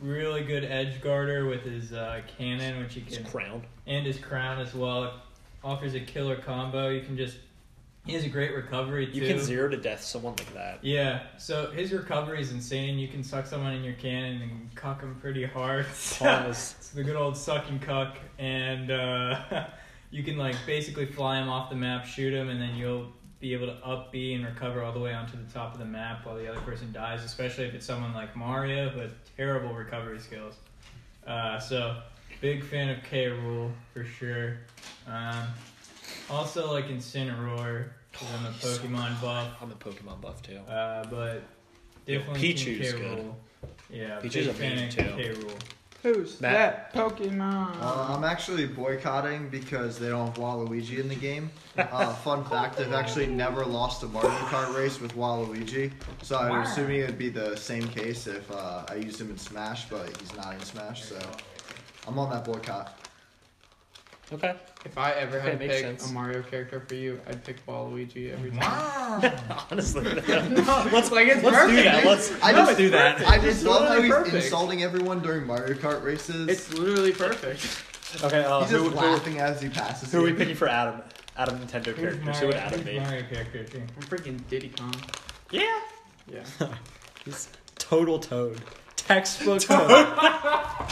[SPEAKER 2] really good edge guarder with his uh, cannon, which he
[SPEAKER 1] It's
[SPEAKER 2] can
[SPEAKER 1] crowned.
[SPEAKER 2] and his crown as well. Offers a killer combo. You can just he has a great recovery too.
[SPEAKER 1] You can zero to death someone like that. *laughs*
[SPEAKER 2] Yeah, so his recovery is insane. You can suck someone in your cannon and cuck them pretty hard.
[SPEAKER 1] Pause.
[SPEAKER 2] it's the good old suck and cuck, and uh, *laughs* you can like basically fly him off the map, shoot him, and then you'll be able to up B and recover all the way onto the top of the map while the other person dies. Especially if it's someone like Mario who has terrible recovery skills. Uh, so big fan of K Rule for sure. Um, also like Incineroar because I'm a Pokemon buff.
[SPEAKER 1] *laughs* I'm a Pokemon buff too.
[SPEAKER 2] Uh, but
[SPEAKER 1] Yo,
[SPEAKER 2] definitely Team
[SPEAKER 1] Pichu's
[SPEAKER 2] K.
[SPEAKER 1] good.
[SPEAKER 2] Rule. Yeah,
[SPEAKER 1] Pichu's
[SPEAKER 2] big
[SPEAKER 1] a
[SPEAKER 2] fan
[SPEAKER 1] meme,
[SPEAKER 2] of
[SPEAKER 1] too.
[SPEAKER 2] K. Rule.
[SPEAKER 4] Who's
[SPEAKER 1] Matt.
[SPEAKER 4] that Pokemon?
[SPEAKER 7] Uh, I'm actually boycotting because they don't have Waluigi in the game. Uh, fun fact: I've actually never lost a Mario Kart race with Waluigi, so I'm assuming it'd be the same case if uh, I used him in Smash, but he's not in Smash, so I'm on that boycott.
[SPEAKER 1] Okay. *laughs*
[SPEAKER 4] if I ever
[SPEAKER 1] Okay,
[SPEAKER 4] had to
[SPEAKER 1] makes
[SPEAKER 4] pick
[SPEAKER 1] sense.
[SPEAKER 4] a Mario character for you, I'd pick Waluigi every time. *laughs*
[SPEAKER 1] Honestly, let's
[SPEAKER 4] Let's like
[SPEAKER 1] *laughs*
[SPEAKER 4] it's
[SPEAKER 1] let's do
[SPEAKER 4] perfect.
[SPEAKER 1] that.
[SPEAKER 4] dude.
[SPEAKER 1] Let's let's do that.
[SPEAKER 7] I
[SPEAKER 4] It's
[SPEAKER 7] just love how
[SPEAKER 4] literally
[SPEAKER 7] he's
[SPEAKER 4] perfect.
[SPEAKER 7] insulting everyone during Mario Kart races.
[SPEAKER 4] It's literally perfect.
[SPEAKER 1] Okay. Uh,
[SPEAKER 7] he's just
[SPEAKER 1] who, who,
[SPEAKER 7] laughing as he passes.
[SPEAKER 1] who are we
[SPEAKER 7] you.
[SPEAKER 1] picking for Adam? Adam Nintendo
[SPEAKER 2] Who's
[SPEAKER 1] characters. Who
[SPEAKER 2] Mario,
[SPEAKER 1] would Adam
[SPEAKER 2] who's
[SPEAKER 1] be?
[SPEAKER 2] Mario character? too?
[SPEAKER 4] I'm freaking Diddy Kong.
[SPEAKER 1] Yeah.
[SPEAKER 4] Yeah.
[SPEAKER 1] *laughs*
[SPEAKER 3] He's total toad. Textbook toad.
[SPEAKER 1] *laughs*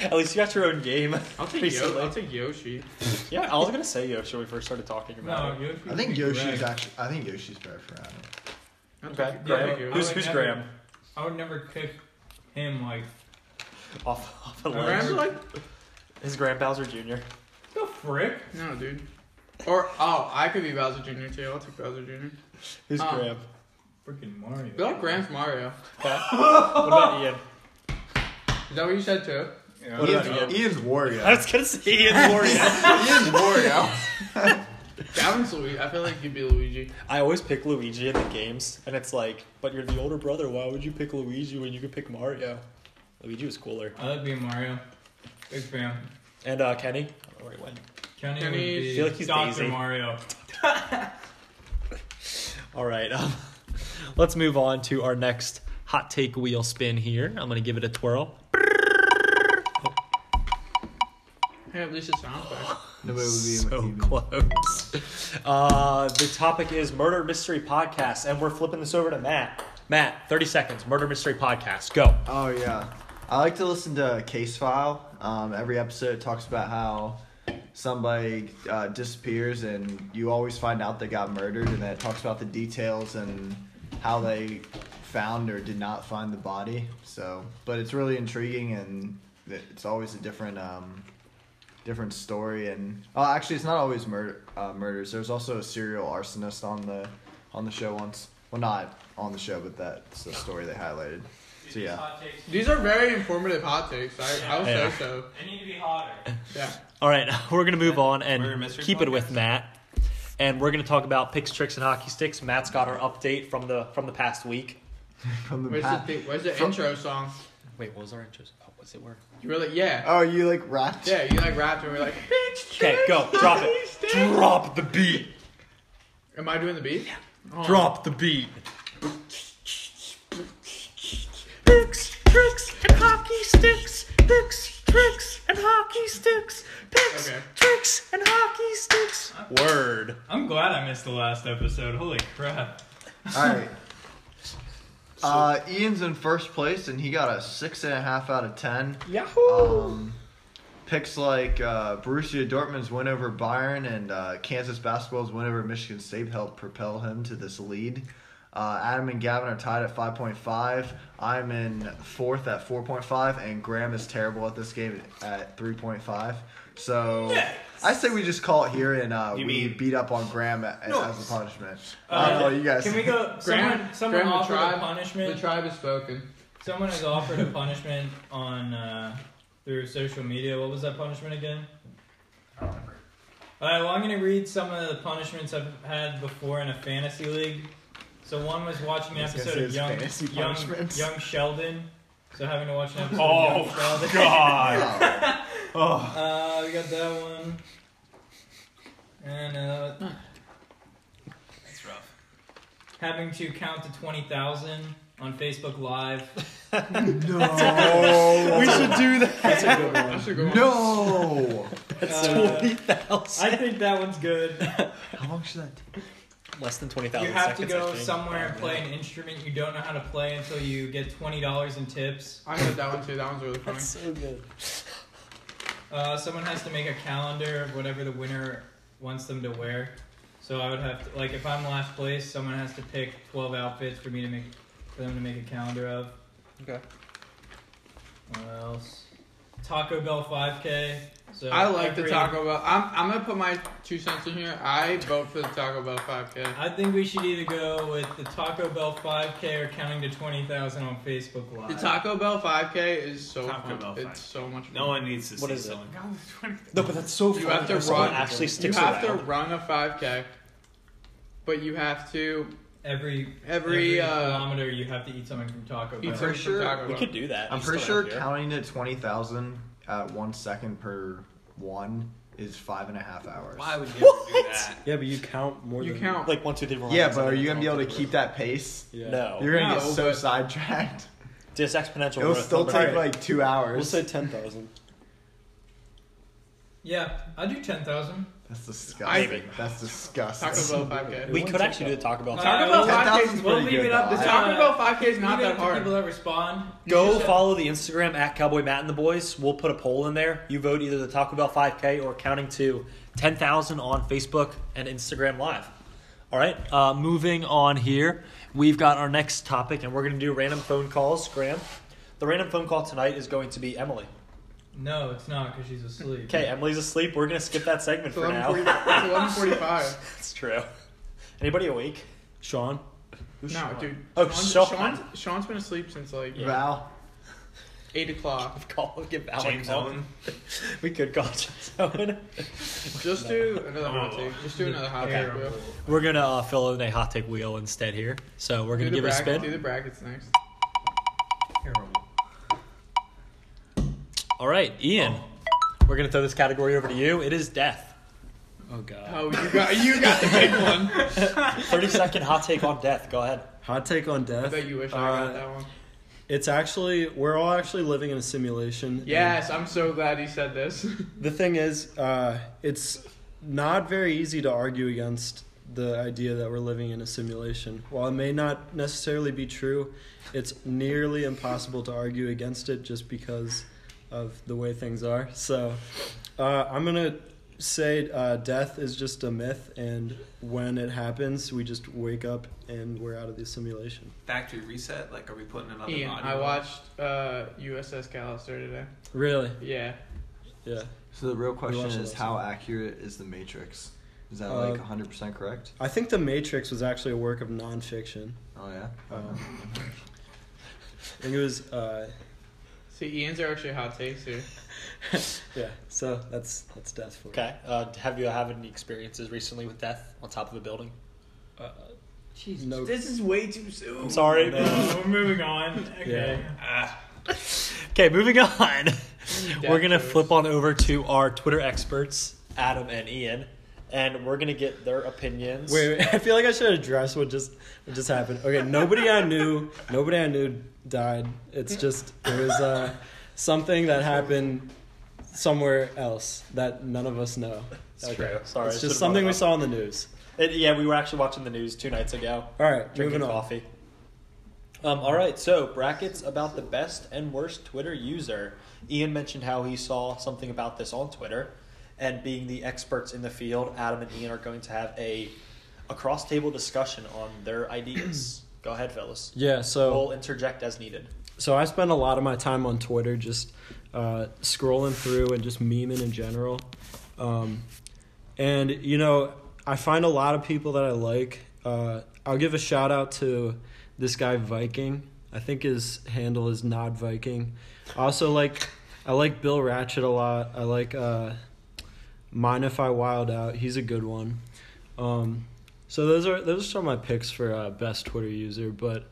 [SPEAKER 1] At least you got your own game.
[SPEAKER 4] I'll take, Yo-
[SPEAKER 1] Recently.
[SPEAKER 4] I'll take Yoshi.
[SPEAKER 1] Yeah. I was gonna say Yoshi when we first started talking
[SPEAKER 2] No,
[SPEAKER 1] about it.
[SPEAKER 2] Yoshi.
[SPEAKER 7] I think Yoshi's actually. I think Yoshi's better for Adam.
[SPEAKER 4] I'll
[SPEAKER 1] Okay,
[SPEAKER 4] take
[SPEAKER 1] great.
[SPEAKER 4] Yoshi.
[SPEAKER 1] Who's who's Graham?
[SPEAKER 2] I would never pick him like
[SPEAKER 1] Off *laughs* off the
[SPEAKER 2] Graham?
[SPEAKER 1] list.
[SPEAKER 4] Graham's like
[SPEAKER 1] His Graham Bowser Jr.
[SPEAKER 2] the frick.
[SPEAKER 4] no, dude. Or oh, I could be Bowser Jr. too. I'll take Bowser Jr.
[SPEAKER 1] Who's
[SPEAKER 4] Um,
[SPEAKER 1] Graham?
[SPEAKER 2] Freaking Mario.
[SPEAKER 4] We all Grand Mario.
[SPEAKER 1] What about Ian?
[SPEAKER 4] Is that what you said too?
[SPEAKER 2] Yeah.
[SPEAKER 7] Ian's, Ian's Wario.
[SPEAKER 1] *laughs* I was gonna say Ian's Wario.
[SPEAKER 7] Ian's Wario.
[SPEAKER 4] Gavin's Luigi. I feel like you'd be Luigi.
[SPEAKER 1] I always pick Luigi in the games, and it's like, but you're the older brother. Why would you pick Luigi when you could pick Mario? Luigi was cooler.
[SPEAKER 2] I like being Mario. Big fan.
[SPEAKER 1] And uh, Kenny, I don't know where he went.
[SPEAKER 2] Kenny would
[SPEAKER 4] Kenny-
[SPEAKER 2] be
[SPEAKER 1] Feel like he's
[SPEAKER 2] Dr.
[SPEAKER 1] Daisy.
[SPEAKER 2] Mario.
[SPEAKER 1] All right, um, *laughs* let's move on to our next hot take wheel spin here. I'm gonna give it a twirl.
[SPEAKER 4] Hey, at least it's sound effect.
[SPEAKER 7] Nobody would be
[SPEAKER 1] So
[SPEAKER 7] in my TV.
[SPEAKER 1] close. Uh, the topic is murder mystery podcast, and we're flipping this over to Matt. Matt, 30 seconds. Murder mystery podcast. Go.
[SPEAKER 7] Oh yeah, I like to listen to Case File. Um, every episode talks about how somebody uh, disappears, and you always find out they got murdered, and then it talks about the details and how they found or did not find the body. So, but it's really intriguing, and it's always a different. Um, different story and oh actually it's not always murder uh, murders there's also a serial arsonist on the on the show once well not on the show but that's the story they highlighted so yeah
[SPEAKER 4] These are very informative hot takes. I, I would
[SPEAKER 1] Yeah.
[SPEAKER 4] say so.
[SPEAKER 2] They need to be hotter.
[SPEAKER 4] Yeah.
[SPEAKER 1] All right, *laughs* we're gonna move on
[SPEAKER 2] Murder
[SPEAKER 1] and
[SPEAKER 2] mystery
[SPEAKER 1] keep it with
[SPEAKER 2] podcast.
[SPEAKER 1] Matt, and we're gonna talk about picks, tricks, and hockey sticks. Matt's got our update from the from the past week.
[SPEAKER 7] From the
[SPEAKER 4] Where's the,
[SPEAKER 7] past.
[SPEAKER 4] thing- where's the intro song?
[SPEAKER 1] Wait, what was our interest? Oh, was it where?
[SPEAKER 4] You were like, yeah.
[SPEAKER 7] Oh, you like rapped?
[SPEAKER 4] Yeah, you like rapped and we are like, *laughs* bitch.
[SPEAKER 1] Okay, go. Drop it. Drop the beat.
[SPEAKER 4] Am I doing the beat?
[SPEAKER 9] Oh.
[SPEAKER 1] Drop the beat.
[SPEAKER 9] Picks, tricks, and hockey sticks. Picks, tricks, and hockey sticks. Picks,
[SPEAKER 4] Okay.
[SPEAKER 9] tricks, and hockey sticks.
[SPEAKER 1] Word.
[SPEAKER 2] I'm glad I missed the last episode. Holy crap.
[SPEAKER 7] All right. Uh, Ian's in first place, and he got a six and a half out of ten.
[SPEAKER 1] Yahoo!
[SPEAKER 7] Um, picks like uh, Borussia Dortmund's win over Bayern and uh, Kansas basketball's win over Michigan State helped propel him to this lead. Uh, Adam and Gavin are tied at 5.5. I'm in fourth at 4.5, and Graham is terrible at this game at 3.5. So I say we just call it here, and uh, we
[SPEAKER 5] You mean-
[SPEAKER 7] beat up on Graham a- as a punishment.
[SPEAKER 2] Uh,
[SPEAKER 7] Uh, oh, you guys.
[SPEAKER 2] Can we go? Someone,
[SPEAKER 4] Graham-
[SPEAKER 2] someone
[SPEAKER 4] Graham, the
[SPEAKER 2] offered a
[SPEAKER 4] tribe- The
[SPEAKER 2] punishment.
[SPEAKER 4] tribe has spoken.
[SPEAKER 2] Someone has offered a punishment on uh, through social media. What was that punishment again? I don't remember. All right, well, I'm going to read some of the punishments I've had before in a fantasy league. So one was watching
[SPEAKER 7] I
[SPEAKER 2] an
[SPEAKER 7] was gonna
[SPEAKER 2] episode of
[SPEAKER 7] say
[SPEAKER 2] Young,
[SPEAKER 7] it's fantasy
[SPEAKER 2] Young,
[SPEAKER 7] punishments.
[SPEAKER 2] Young Sheldon. So having to watch an episode of Young Sheldon.
[SPEAKER 5] God.
[SPEAKER 7] Oh.
[SPEAKER 2] *laughs* Uh, we got that one. And uh,
[SPEAKER 5] That's rough.
[SPEAKER 2] having to count to 20,000 on Facebook Live.
[SPEAKER 7] No.
[SPEAKER 1] We should do that.
[SPEAKER 3] That's a good one.
[SPEAKER 4] That's a good one.
[SPEAKER 7] no.
[SPEAKER 1] That's
[SPEAKER 2] Uh,
[SPEAKER 1] twenty thousand.
[SPEAKER 2] I think that one's good.
[SPEAKER 7] How long should that take?
[SPEAKER 1] Less than twenty
[SPEAKER 2] You
[SPEAKER 1] thousand.
[SPEAKER 2] have to
[SPEAKER 1] seconds, I
[SPEAKER 2] go
[SPEAKER 1] think.
[SPEAKER 2] somewhere and
[SPEAKER 1] Yeah.
[SPEAKER 2] play an instrument you don't know how to play until you get twenty dollars in tips.
[SPEAKER 4] I know that one too. That one's really funny.
[SPEAKER 1] That's so good.
[SPEAKER 2] Uh, someone has to make a calendar of whatever the winner wants them to wear. So I would have to like if I'm last place, someone has to pick twelve outfits for me to make for them to make a calendar of.
[SPEAKER 1] Okay.
[SPEAKER 2] What else? Taco Bell five K. So
[SPEAKER 4] I like the
[SPEAKER 2] every-
[SPEAKER 4] Taco Bell. I'm, I'm gonna put my two cents in here. I vote for the Taco Bell 5K.
[SPEAKER 2] I think we should either go with the Taco Bell 5K or counting to 20,000 on Facebook Live.
[SPEAKER 4] The Taco Bell 5K is so
[SPEAKER 5] Taco
[SPEAKER 4] fun.
[SPEAKER 5] Bell
[SPEAKER 4] it's so much fun.
[SPEAKER 5] No one needs to
[SPEAKER 1] What
[SPEAKER 5] see
[SPEAKER 1] is it?
[SPEAKER 5] someone.
[SPEAKER 2] *laughs*
[SPEAKER 1] No, but that's so.
[SPEAKER 4] You
[SPEAKER 1] fun
[SPEAKER 4] have to
[SPEAKER 1] if someone
[SPEAKER 4] run.
[SPEAKER 1] Actually,
[SPEAKER 4] you
[SPEAKER 1] sticks
[SPEAKER 4] have
[SPEAKER 1] around.
[SPEAKER 4] to run a 5K, but you have to
[SPEAKER 2] Every
[SPEAKER 4] every, uh,
[SPEAKER 2] kilometer, you have to eat something from Taco Bell.
[SPEAKER 4] eat something
[SPEAKER 7] sure
[SPEAKER 4] from Taco
[SPEAKER 1] We
[SPEAKER 4] Bell.
[SPEAKER 1] could do that.
[SPEAKER 7] I'm
[SPEAKER 1] We
[SPEAKER 7] pretty
[SPEAKER 1] still
[SPEAKER 7] sure
[SPEAKER 1] have here.
[SPEAKER 7] counting to 20,000 at one second per one is five and a half hours.
[SPEAKER 5] Why would you ever do that?
[SPEAKER 3] Yeah, but you count more
[SPEAKER 4] You
[SPEAKER 3] than
[SPEAKER 4] count.
[SPEAKER 1] Like one, two, three, four.
[SPEAKER 7] Yeah,
[SPEAKER 1] five,
[SPEAKER 7] but are
[SPEAKER 1] seven,
[SPEAKER 7] you going to be
[SPEAKER 1] eight,
[SPEAKER 7] able to
[SPEAKER 1] nine,
[SPEAKER 7] keep that pace?
[SPEAKER 3] Yeah.
[SPEAKER 1] No.
[SPEAKER 7] You're going to
[SPEAKER 4] No,
[SPEAKER 7] get so *laughs*
[SPEAKER 4] but-
[SPEAKER 7] sidetracked.
[SPEAKER 1] Just exponential
[SPEAKER 7] It'll
[SPEAKER 1] growth.
[SPEAKER 7] still
[SPEAKER 1] number.
[SPEAKER 7] take like two hours.
[SPEAKER 3] We'll say 10,000.
[SPEAKER 2] Yeah, I do 10,000.
[SPEAKER 7] That's disgusting.
[SPEAKER 1] Maybe.
[SPEAKER 7] That's disgusting.
[SPEAKER 4] Taco
[SPEAKER 7] *laughs*
[SPEAKER 4] Bell 5K.
[SPEAKER 1] we could actually do the Taco Bell.
[SPEAKER 4] Taco Bell
[SPEAKER 2] Uh,
[SPEAKER 7] 10,000 is
[SPEAKER 2] We'll
[SPEAKER 7] pretty
[SPEAKER 2] leave
[SPEAKER 7] good.
[SPEAKER 2] it up
[SPEAKER 7] though.
[SPEAKER 4] The
[SPEAKER 2] to-
[SPEAKER 4] Taco Bell 5K is not
[SPEAKER 2] Leave it
[SPEAKER 4] that
[SPEAKER 2] up to
[SPEAKER 4] hard.
[SPEAKER 2] People that respond.
[SPEAKER 1] Go
[SPEAKER 2] Just-
[SPEAKER 1] follow the Instagram at Cowboy Matt and the boys. We'll put a poll in there. You vote either the Taco Bell 5K or counting to 10,000 on Facebook and Instagram Live. All right, uh, moving on here. We've got our next topic, and we're going to do random phone calls. Graham, the random phone call tonight is going to be Emily.
[SPEAKER 2] No, it's not because she's asleep.
[SPEAKER 1] Okay, Emily's asleep. We're going to skip that segment *laughs*
[SPEAKER 4] It's
[SPEAKER 1] for now.
[SPEAKER 4] 11:40 it's 11:45.
[SPEAKER 1] That's true. Anybody awake? Sean?
[SPEAKER 4] No, dude.
[SPEAKER 1] Oh, Sean.
[SPEAKER 4] Sean's, Sean's been asleep since like
[SPEAKER 7] Val.
[SPEAKER 4] eight *laughs*
[SPEAKER 1] *laughs*
[SPEAKER 4] o'clock.
[SPEAKER 1] Call, give Alec
[SPEAKER 5] James
[SPEAKER 1] call.
[SPEAKER 5] Owen.
[SPEAKER 1] *laughs* We could call James Owen.
[SPEAKER 4] Just do another hot
[SPEAKER 5] Oh.
[SPEAKER 4] take. Just do another hot take, bro.
[SPEAKER 1] We're gonna uh, fill in a hot take wheel instead here. So we're gonna
[SPEAKER 4] Do the,
[SPEAKER 1] give it a
[SPEAKER 4] bracket, do
[SPEAKER 1] spin.
[SPEAKER 4] the brackets next.
[SPEAKER 1] All right, Ian. We're gonna throw this category over to you. It is death. Oh god.
[SPEAKER 4] Oh, you got you got the big one. *laughs*
[SPEAKER 1] Thirty second hot take on death. Go ahead.
[SPEAKER 3] Hot take on death.
[SPEAKER 4] I bet you wish I
[SPEAKER 3] Uh,
[SPEAKER 4] got that one.
[SPEAKER 3] It's actually we're all actually living in a simulation.
[SPEAKER 4] Yes, I'm so glad he said this.
[SPEAKER 3] The thing is, uh, it's not very easy to argue against the idea that we're living in a simulation. While it may not necessarily be true, it's nearly impossible to argue against it just because of the way things are. So uh, I'm going to say uh, death is just a myth, and when it happens, we just wake up and we're out of the simulation.
[SPEAKER 5] Factory reset? Like, are we putting another
[SPEAKER 4] *laughs* Ian,
[SPEAKER 5] body?
[SPEAKER 4] I
[SPEAKER 5] on?
[SPEAKER 4] watched uh, USS Callister today.
[SPEAKER 3] Really?
[SPEAKER 4] Yeah,
[SPEAKER 3] Yeah.
[SPEAKER 7] So the real question
[SPEAKER 3] watched
[SPEAKER 7] is,
[SPEAKER 3] that
[SPEAKER 7] how accurate is the Matrix? Is that
[SPEAKER 3] Uh,
[SPEAKER 7] like 100 percent correct?
[SPEAKER 3] I think The Matrix was actually a work of nonfiction.
[SPEAKER 7] Oh yeah.
[SPEAKER 3] Um, I think it was, uh,
[SPEAKER 4] see, Ian's are actually hot takes here.
[SPEAKER 3] yeah. So that's that's death for
[SPEAKER 1] Okay. Uh, have you had any experiences recently with death on top of a building?
[SPEAKER 2] Jesus,
[SPEAKER 3] No.
[SPEAKER 2] this is way too soon.
[SPEAKER 1] I'm sorry.
[SPEAKER 2] No, we're moving on. Okay.
[SPEAKER 5] Uh,
[SPEAKER 1] Okay, moving *laughs* on. we're gonna
[SPEAKER 4] jokes.
[SPEAKER 1] flip on over to our Twitter experts, Adam and Ian, and we're gonna get their opinions.
[SPEAKER 3] Wait, wait, I feel like I should address what just what just happened. Okay, nobody I knew, nobody I knew died. It's just it was uh, something that happened somewhere else that none of us know.
[SPEAKER 1] It's true. Sorry, I
[SPEAKER 3] it's
[SPEAKER 1] should've
[SPEAKER 3] just something
[SPEAKER 1] brought it
[SPEAKER 3] we
[SPEAKER 1] up.
[SPEAKER 3] saw in the news.
[SPEAKER 1] It, yeah, we were actually watching the news two nights ago,
[SPEAKER 3] All right,
[SPEAKER 1] drinking
[SPEAKER 3] moving on.
[SPEAKER 1] coffee. Um, all right, so brackets about the best and worst Twitter user. Ian mentioned how he saw something about this on Twitter, and being the experts in the field, Adam and Ian are going to have a a cross table discussion on their ideas. *clears throat* Go ahead, fellas.
[SPEAKER 3] Yeah. So
[SPEAKER 1] We'll interject as needed.
[SPEAKER 3] So I spend a lot of my time on Twitter just uh, scrolling through and just memeing in general. Um, and, you know, I find a lot of people that I like. Uh, I'll give a shout out to this guy, Viking. I think his handle is Nod Viking. I also like, I like Bill Ratchet a lot. I like uh, Mind If I Wild Out. He's a good one. Um, so those are those are some of my picks for uh, best Twitter user, but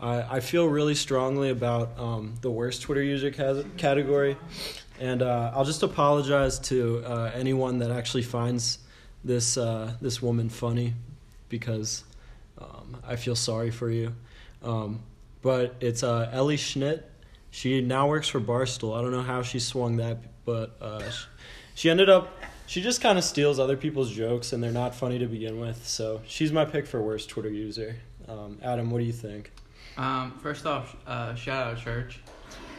[SPEAKER 3] I, I feel really strongly about um, the worst Twitter user cas- category, and uh, I'll just apologize to uh, anyone that actually finds this uh, this woman funny, because um, I feel sorry for you. Um, but it's uh, Ellie Schnitt. She now works for Barstool. I don't know how she swung that, but uh, sh- she ended up. She just kind of steals other people's jokes, and they're not funny to begin with. So she's my pick for worst Twitter user. Um, Adam, what do you think?
[SPEAKER 4] Um, first off, uh, shout out church.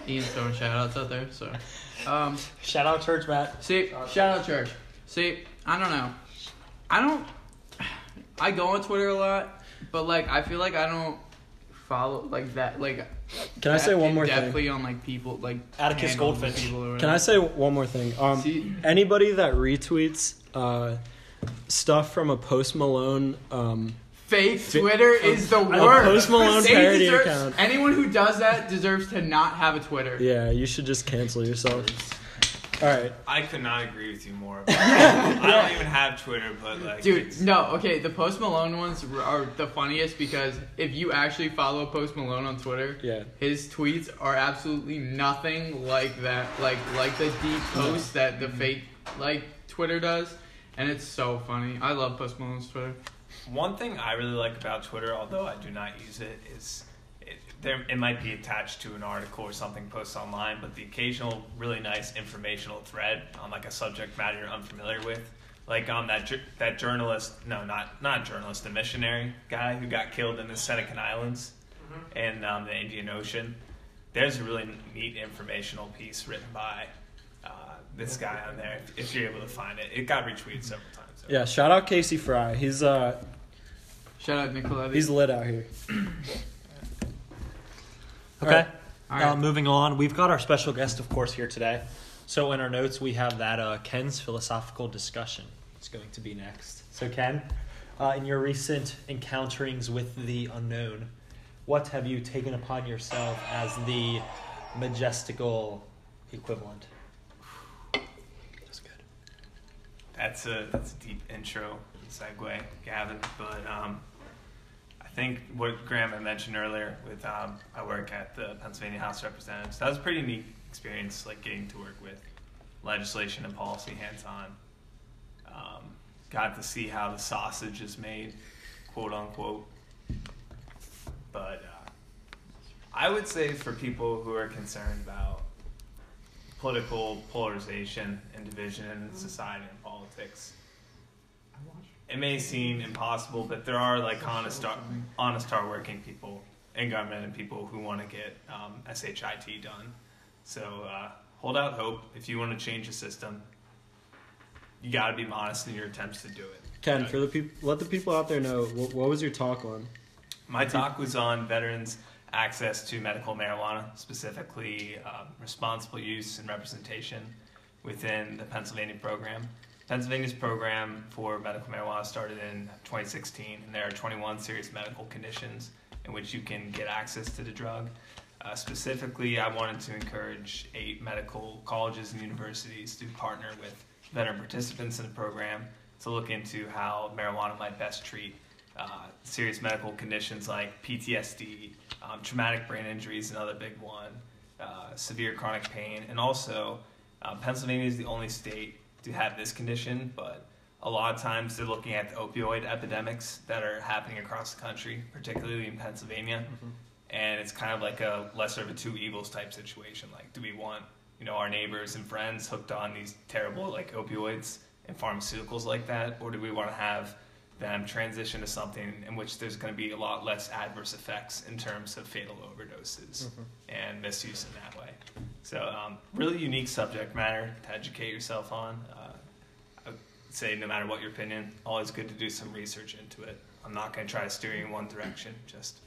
[SPEAKER 4] Ian's throwing shout outs out there, so. Um,
[SPEAKER 1] Shout out Church Matt.
[SPEAKER 4] See, shout out church. See, I don't know. I don't. I go on Twitter a lot, but like I feel like I don't follow like that. Like,
[SPEAKER 3] Can I say one more thing?
[SPEAKER 4] Definitely on like people like
[SPEAKER 1] Atticus
[SPEAKER 4] handles and
[SPEAKER 1] Goldfinch.
[SPEAKER 4] People or
[SPEAKER 3] Can I say one more thing? Um,
[SPEAKER 4] See-
[SPEAKER 3] anybody that retweets uh, stuff from a Post Malone um,
[SPEAKER 4] Fake Twitter is the
[SPEAKER 3] a
[SPEAKER 4] worst.
[SPEAKER 3] Post Malone
[SPEAKER 4] They
[SPEAKER 3] parody
[SPEAKER 4] deserve-
[SPEAKER 3] account.
[SPEAKER 4] Anyone who does that deserves to not have a Twitter.
[SPEAKER 3] Yeah, you should just cancel yourself. All right.
[SPEAKER 5] I could not agree with you more. About that. I don't even have Twitter, but like,
[SPEAKER 4] Dude,
[SPEAKER 5] it's-
[SPEAKER 4] no, okay, the Post Malone ones r- are the funniest because if you actually follow Post Malone on Twitter,
[SPEAKER 3] Yeah.
[SPEAKER 4] his tweets are absolutely nothing like that, like like the deep post that
[SPEAKER 3] Mm-hmm.
[SPEAKER 4] the fake like Twitter does, and it's so funny. I love Post Malone's Twitter.
[SPEAKER 5] One thing I really like about Twitter, although I do not use it, is it, there it might be attached to an article or something posted online, but the occasional really nice informational thread on like a subject matter you're unfamiliar with, like um that jour- that journalist, no, not not journalist, the missionary guy who got killed in the Senecan Islands and um, the Indian Ocean. There's a really neat informational piece written by uh, this guy on there. If, if you're able to find it, it got retweeted several times.
[SPEAKER 3] Yeah, shout out Casey Fry. He's uh
[SPEAKER 4] Shout out Nicoletti.
[SPEAKER 3] he's lit out here.
[SPEAKER 1] Okay.
[SPEAKER 4] All right.
[SPEAKER 1] Uh, moving on, we've got our special guest, of course, here today. So in our notes, we have that uh, Ken's philosophical discussion. It's going to be next. So Ken, uh, in your recent encounterings with the unknown, what have you taken upon yourself as the majestical equivalent? That's good.
[SPEAKER 5] That's a that's a deep intro segue, Gavin. But um, I think what Graham had mentioned earlier with um, I work at the Pennsylvania House of Representatives. That was a pretty neat experience, like getting to work with legislation and policy hands on. Um, got to see how the sausage is made, quote unquote. But uh, I would say for people who are concerned about political polarization and division in society and politics. It may seem impossible, but there are like honest, ar- honest, hardworking people in government and people who want to get um, SHIT done. So uh, hold out hope. If you want to change the system, you got to be modest in your attempts to do it.
[SPEAKER 3] Ken, for the people, let the people out there know what, what was your talk on.
[SPEAKER 5] My talk was on veterans' access to medical marijuana, specifically um, responsible use and representation within the Pennsylvania program. Pennsylvania's program for medical marijuana started in 2016, and there are 21 serious medical conditions in which you can get access to the drug. Uh, specifically, I wanted to encourage eight medical colleges and universities to partner with veteran participants in the program to look into how marijuana might best treat uh, serious medical conditions like PTSD, um, traumatic brain injury is another big one, uh, severe chronic pain, and also uh, Pennsylvania is the only state to have this condition, but a lot of times they're looking at the opioid epidemics that are happening across the country, particularly in Pennsylvania. And it's kind of like a lesser of a two evils type situation. Like, do we want you know our neighbors and friends hooked on these terrible like opioids and pharmaceuticals like that, or do we want to have them transition to something in which there's going to be a lot less adverse effects in terms of fatal overdoses and misuse in that way. So, um, really unique subject matter to educate yourself on. Uh, I would say, no matter what your opinion, always good to do some research into it. I'm not going to try to steer you in one direction. Just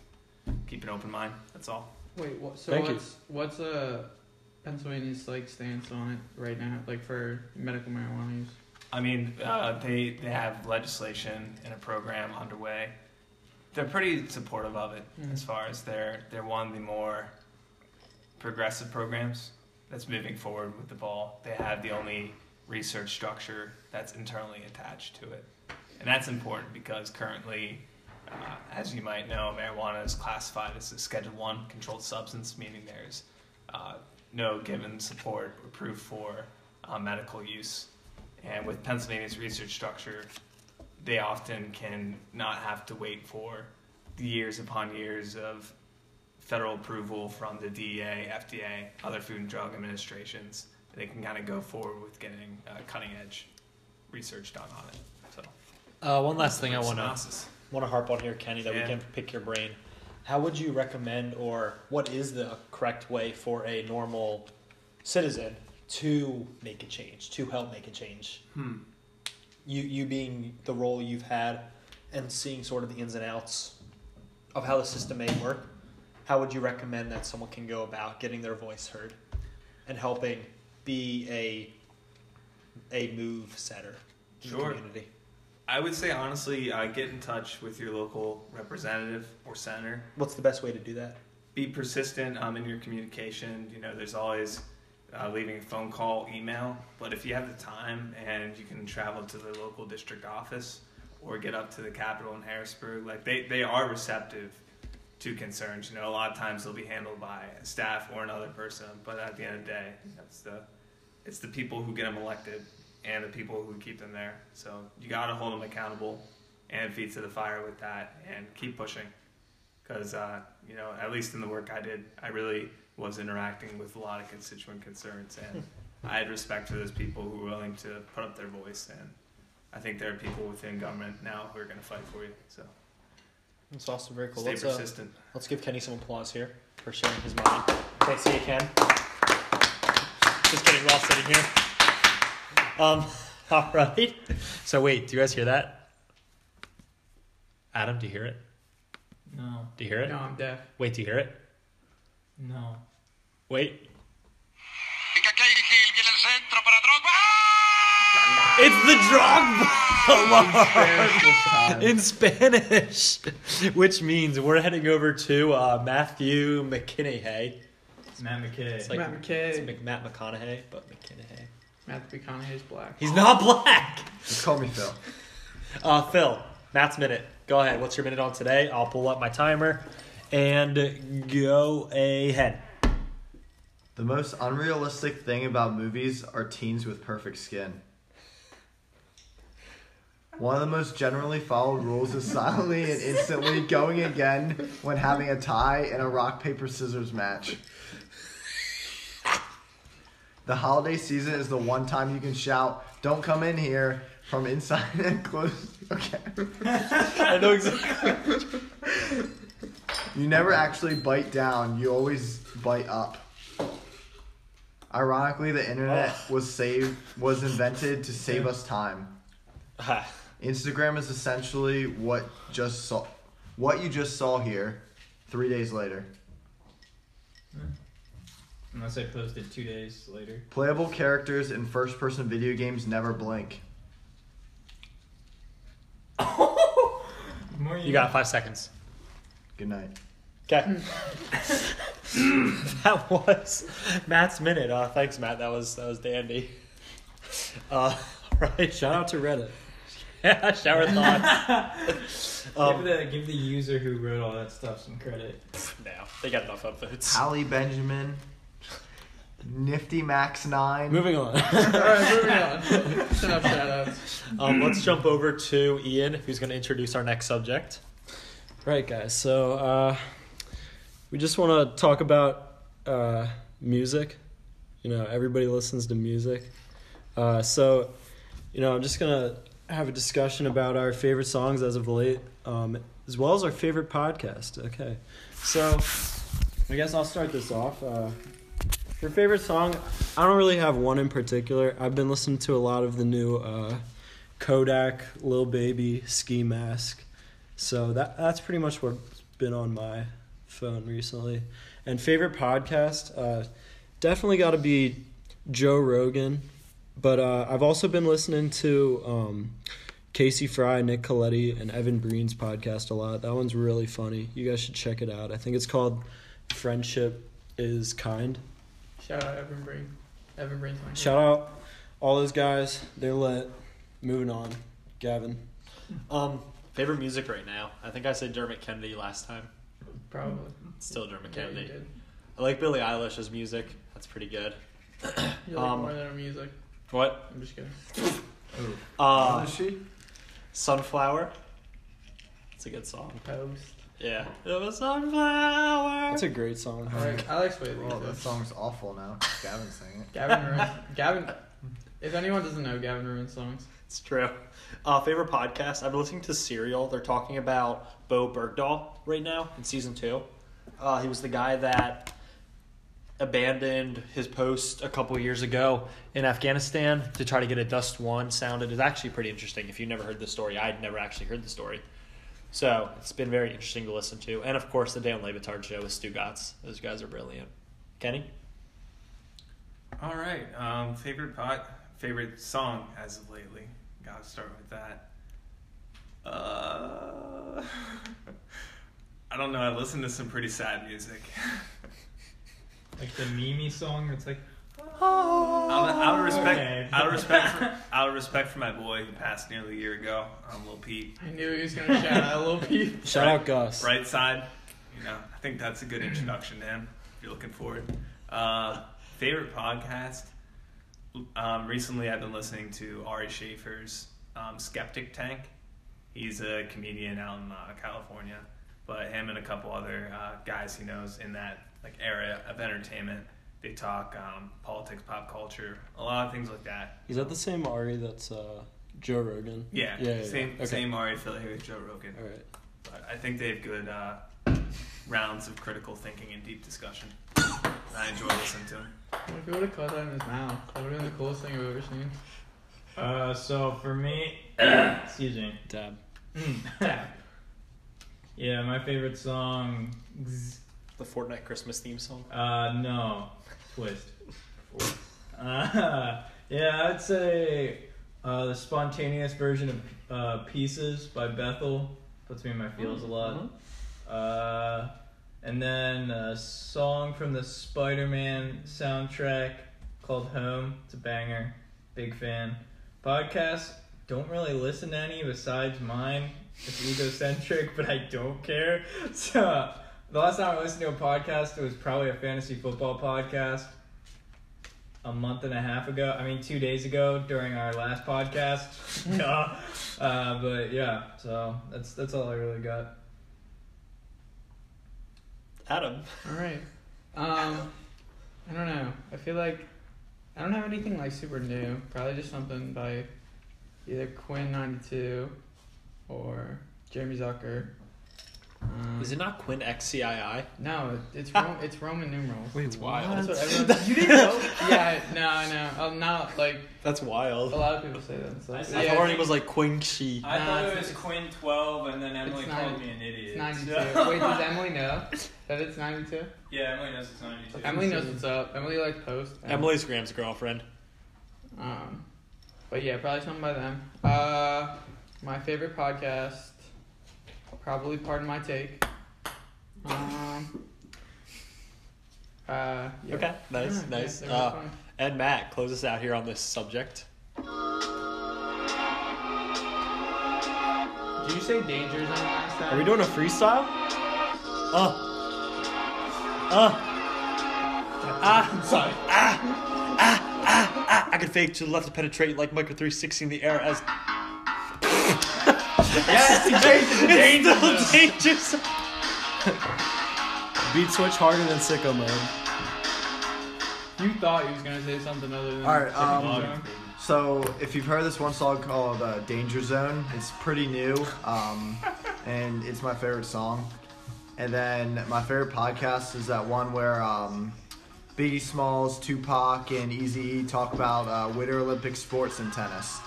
[SPEAKER 5] keep an open mind. That's all.
[SPEAKER 4] Wait, what, so
[SPEAKER 3] Thank you.
[SPEAKER 4] what's what's uh Pennsylvania's like stance on it right now, like for medical marijuana use?
[SPEAKER 5] I mean, uh, they they have legislation and a program underway. They're pretty supportive of it
[SPEAKER 4] Mhm.
[SPEAKER 5] as far as they're they're one of the more progressive programs that's moving forward with the ball. They have the only research structure that's internally attached to it, and that's important because currently, uh, as you might know, marijuana is classified as a Schedule One controlled substance, meaning there's uh, no given support or proof for uh, medical use. And with Pennsylvania's research structure, they often can not have to wait for years upon years of federal approval from the E DEA, FDA, other Food and Drug Administrations. They can kind of go forward with getting uh, cutting edge research done on it. So,
[SPEAKER 1] Uh, one last thing I want to
[SPEAKER 5] synopsis.
[SPEAKER 1] want to harp on here, Kenny, that
[SPEAKER 5] Yeah.
[SPEAKER 1] we can pick your brain. How would you recommend, or what is the correct way for a normal citizen to make a change, to help make a change?
[SPEAKER 5] Hmm.
[SPEAKER 1] You, you being the role you've had and seeing sort of the ins and outs of how the system may work, how would you recommend that someone can go about getting their voice heard and helping be a a move setter in
[SPEAKER 5] Sure.
[SPEAKER 1] the community?
[SPEAKER 5] I would say honestly, uh, get in touch with your local representative or senator.
[SPEAKER 1] What's the best way to do that?
[SPEAKER 5] be persistent um, in your communication. You know, there's always uh, leaving a phone call, email, but if you have the time and you can travel to the local district office or get up to the Capitol in Harrisburg, like they, they are receptive to concerns. You know, a lot of times they'll be handled by staff or another person, but at the end of the day, that's the it's the people who get them elected and the people who keep them there. So you got to hold them accountable and feet to the fire with that and keep pushing because uh, you know at least in the work I did, I really was interacting with a lot of constituent concerns, and I had respect for those people who were willing to put up their voice. And I think there are people within government now who are going to fight for you. So
[SPEAKER 1] It's awesome, very cool.
[SPEAKER 5] stay
[SPEAKER 1] Let's, uh,
[SPEAKER 5] persistent.
[SPEAKER 1] Let's give Kenny some applause here for sharing his mind. Can't see you, Ken. Just kidding, we're all sitting here. Um, *laughs* all right. So wait, do you guys hear that? Adam, do you hear it?
[SPEAKER 2] No,
[SPEAKER 1] Do you hear it?
[SPEAKER 4] No, I'm deaf.
[SPEAKER 1] Wait, do you hear it?
[SPEAKER 2] no.
[SPEAKER 1] Wait.
[SPEAKER 6] Y que aquel Gil viene al centro para Drogba.
[SPEAKER 1] It's the Drogba alarm *laughs* in Spanish, *laughs* which means we're heading over to uh, Matthew McKinney.
[SPEAKER 2] It's Matt McKay.
[SPEAKER 1] It's like
[SPEAKER 4] Matt McKay.
[SPEAKER 1] It's Mc- Matt McConaughey, but McKinney.
[SPEAKER 4] Matthew McConaughey's black.
[SPEAKER 1] He's not black.
[SPEAKER 7] *laughs* Just call me Phil.
[SPEAKER 1] Uh, Phil, Matt's minute. Go ahead. What's your minute on today? I'll pull up my timer and go ahead. *sighs*
[SPEAKER 7] The most unrealistic thing about movies are teens with perfect skin. One of the most generally followed rules is silently and instantly going again when having a tie in a rock, paper, scissors match. The holiday season is the one time you can shout, Don't come in here from inside and close. Okay.
[SPEAKER 1] I know exactly.
[SPEAKER 7] You never actually bite down, you always bite up. Ironically, the internet
[SPEAKER 1] Oh.
[SPEAKER 7] was saved was invented to save us time.
[SPEAKER 1] Ah,
[SPEAKER 7] Instagram is essentially what just saw what you just saw here 3 days later.
[SPEAKER 2] Unless I posted two days later.
[SPEAKER 7] Playable characters in first-person video games never blink.
[SPEAKER 2] The more
[SPEAKER 1] you
[SPEAKER 2] *laughs*
[SPEAKER 1] got five seconds.
[SPEAKER 7] Good night.
[SPEAKER 1] Okay. *laughs* that was Matt's minute. Uh, thanks, Matt. That was that was dandy. Uh, *laughs* all right. Shout out to Reddit. Yeah, shower thoughts. *laughs* um,
[SPEAKER 2] give, the, give the user who wrote all that stuff some credit.
[SPEAKER 1] no, they got enough upvotes.
[SPEAKER 7] Hallie Benjamin Nifty Max 9.
[SPEAKER 3] Moving on. *laughs*
[SPEAKER 4] Alright, moving on. That's Enough shout outs.
[SPEAKER 1] Um, let's jump over to Ian, who's going to introduce our next subject.
[SPEAKER 3] Right, guys. So uh, we just want to talk about uh, music. You know, everybody listens to music. Uh, so, you know, I'm just gonna have a discussion about our favorite songs as of late, um, as well as our favorite podcast. Okay. So, I guess I'll start this off. Uh, your favorite song? I don't really have one in particular. I've been listening to a lot of the new uh, Kodak, Lil Baby, Ski Mask. So that that's pretty much what's been on my phone recently. And favorite podcast, uh, definitely got to be Joe Rogan. But uh, I've also been listening to um, Casey Fry, Nick Coletti, and Evan Breen's podcast a lot. That one's really funny. You guys should check it out. I think it's called Friendship is Kind.
[SPEAKER 4] Shout out Evan Breen. Evan Breen's my
[SPEAKER 3] Shout out all those guys. They're lit. Moving on, Gavin.
[SPEAKER 1] Um, favorite music right now? I think I said Dermot Kennedy last time.
[SPEAKER 4] Probably.
[SPEAKER 1] Still Dermot
[SPEAKER 4] Yeah, you
[SPEAKER 1] Kennedy.
[SPEAKER 4] did.
[SPEAKER 1] I like Billie Eilish's music. That's pretty good.
[SPEAKER 4] You like
[SPEAKER 1] Um,
[SPEAKER 4] more than our music.
[SPEAKER 1] What?
[SPEAKER 4] I'm just kidding.
[SPEAKER 1] Uh,
[SPEAKER 7] she?
[SPEAKER 1] Sunflower. It's a good song.
[SPEAKER 4] Post.
[SPEAKER 1] Yeah. It was sunflower.
[SPEAKER 3] That's a great song.
[SPEAKER 4] I *laughs* like, I like Sweet
[SPEAKER 7] Oh, that
[SPEAKER 4] Leaves.
[SPEAKER 7] song's awful now. Gavin sang
[SPEAKER 1] *laughs*
[SPEAKER 7] it.
[SPEAKER 4] Gavin ruins. Gavin. If anyone doesn't know, Gavin ruins songs.
[SPEAKER 1] It's true. Uh, favorite podcast? I've been listening to Serial. They're talking about Bo Bergdahl right now in season two. Uh, he was the guy that abandoned his post a couple years ago in Afghanistan to try to get a Dust One sounded. It's actually pretty interesting. If you never heard the story, I'd never actually heard the story. So it's been very interesting to listen to. And of course, the Dan Lebitard show with Stu Gatz. Those guys are brilliant. Kenny?
[SPEAKER 5] All right. Um, favorite pot, favorite song as of lately. Gotta start with that. Uh, *laughs* I don't know. I listened to some pretty sad music.
[SPEAKER 2] *laughs*
[SPEAKER 5] *laughs*
[SPEAKER 2] Like the Mimi song, it's like,
[SPEAKER 5] out, of, out of respect,
[SPEAKER 2] Okay.
[SPEAKER 5] out of respect, for, out of respect for my boy who passed nearly a year ago, um, Lil Peep.
[SPEAKER 4] I knew he was *laughs* gonna shout out Lil Peep.
[SPEAKER 3] Shout out Gus.
[SPEAKER 5] Right side. You know, I think that's a good introduction to him. If you're looking forward. Uh, favorite podcast. Um, recently, I've been listening to Ari Schaefer's um, Skeptic Tank. He's a comedian out in uh, California, but him and a couple other uh, guys he knows in that like area of entertainment, they talk um, politics, pop culture, a lot of things like that.
[SPEAKER 3] Is that the same Ari that's uh, Joe Rogan?
[SPEAKER 5] Yeah,
[SPEAKER 3] Yeah. yeah,
[SPEAKER 5] same
[SPEAKER 3] yeah. Okay.
[SPEAKER 5] same Ari Philly here with Joe Rogan.
[SPEAKER 3] All right.
[SPEAKER 5] But I think they have good uh, rounds of critical thinking and deep discussion. I enjoy listening to them.
[SPEAKER 4] What if he would have caught that in his mouth? That would have been the coolest thing I've ever seen.
[SPEAKER 2] uh, so for me, *coughs* excuse me.
[SPEAKER 3] Dab.
[SPEAKER 2] Mm. *laughs* yeah, my favorite song,
[SPEAKER 1] The Fortnite Christmas theme song.
[SPEAKER 2] uh, *laughs* no, Twist. Uh, yeah, I'd say Uh, the spontaneous version of uh, Pieces by Bethel puts me in my feels a lot. Uh, and then a song from the Spider Man soundtrack called Home. It's a banger. Big fan. Podcasts, don't really listen to any besides mine. It's egocentric, *laughs* but I don't care. *laughs* So, the last time I listened to a podcast, it was probably a fantasy football podcast a month and a half ago. I mean, two days ago during our last podcast. *laughs* Duh. uh, but yeah, so that's that's all I really got.
[SPEAKER 1] Adam.
[SPEAKER 4] All right. Um, I don't know. I feel like I don't have anything like super new. Probably just something by either Quinn ninety two or Jeremy Zucker. Um,
[SPEAKER 1] Is it not Quinn XCII?
[SPEAKER 4] No, it-
[SPEAKER 1] *laughs*
[SPEAKER 4] it's Ro- it's Roman numerals.
[SPEAKER 1] Wait,
[SPEAKER 4] That's
[SPEAKER 1] wild.
[SPEAKER 4] what *laughs* everyone. you didn't know? Yeah, no, I know. Um, not like
[SPEAKER 1] That's wild.
[SPEAKER 4] a lot of people say that. and stuff.
[SPEAKER 2] I said-
[SPEAKER 1] I
[SPEAKER 4] Oh, yeah,
[SPEAKER 1] thought it
[SPEAKER 4] it's-
[SPEAKER 1] was like Quinn She.
[SPEAKER 2] I
[SPEAKER 4] Nah,
[SPEAKER 2] thought it
[SPEAKER 4] it's-
[SPEAKER 2] was Quinn 12, and then Emily
[SPEAKER 4] it's
[SPEAKER 2] called
[SPEAKER 4] ninety-
[SPEAKER 2] me an idiot. *laughs*
[SPEAKER 4] It's 92.
[SPEAKER 2] so-
[SPEAKER 4] Wait, does Emily know that it's 92?
[SPEAKER 2] yeah, Emily knows it's 92.
[SPEAKER 4] Emily knows what's up. Emily likes posts.
[SPEAKER 1] Emily's Graham's girlfriend.
[SPEAKER 4] Um, but yeah, probably something by them. Uh, my favorite podcast, probably Pardon My Take. Um, uh, yeah.
[SPEAKER 1] Okay, nice,
[SPEAKER 4] Yeah,
[SPEAKER 1] nice.
[SPEAKER 4] they're really
[SPEAKER 1] Uh,
[SPEAKER 4] fun.
[SPEAKER 1] and Matt, close us out here on this subject.
[SPEAKER 4] Did you say Danger Zone last time?
[SPEAKER 3] Are we doing a freestyle?
[SPEAKER 1] Uh. Uh.
[SPEAKER 4] *laughs*
[SPEAKER 1] Ah. Sorry. Ah. Ah. Ah. Ah. I can fake to the left to penetrate like Micro 360 in the air as. *laughs* yes, it's dangerous. dangerous.
[SPEAKER 3] Beat switch harder than sicko mode.
[SPEAKER 4] You thought he was gonna say something other than.
[SPEAKER 7] All right, um,
[SPEAKER 4] Danger Zone.
[SPEAKER 7] So if you've heard this one song called uh, "Danger Zone," it's pretty new, um, and it's my favorite song. And then my favorite podcast is that one where um, Biggie Smalls, Tupac, and Eazy-E talk about uh, Winter Olympic sports and tennis.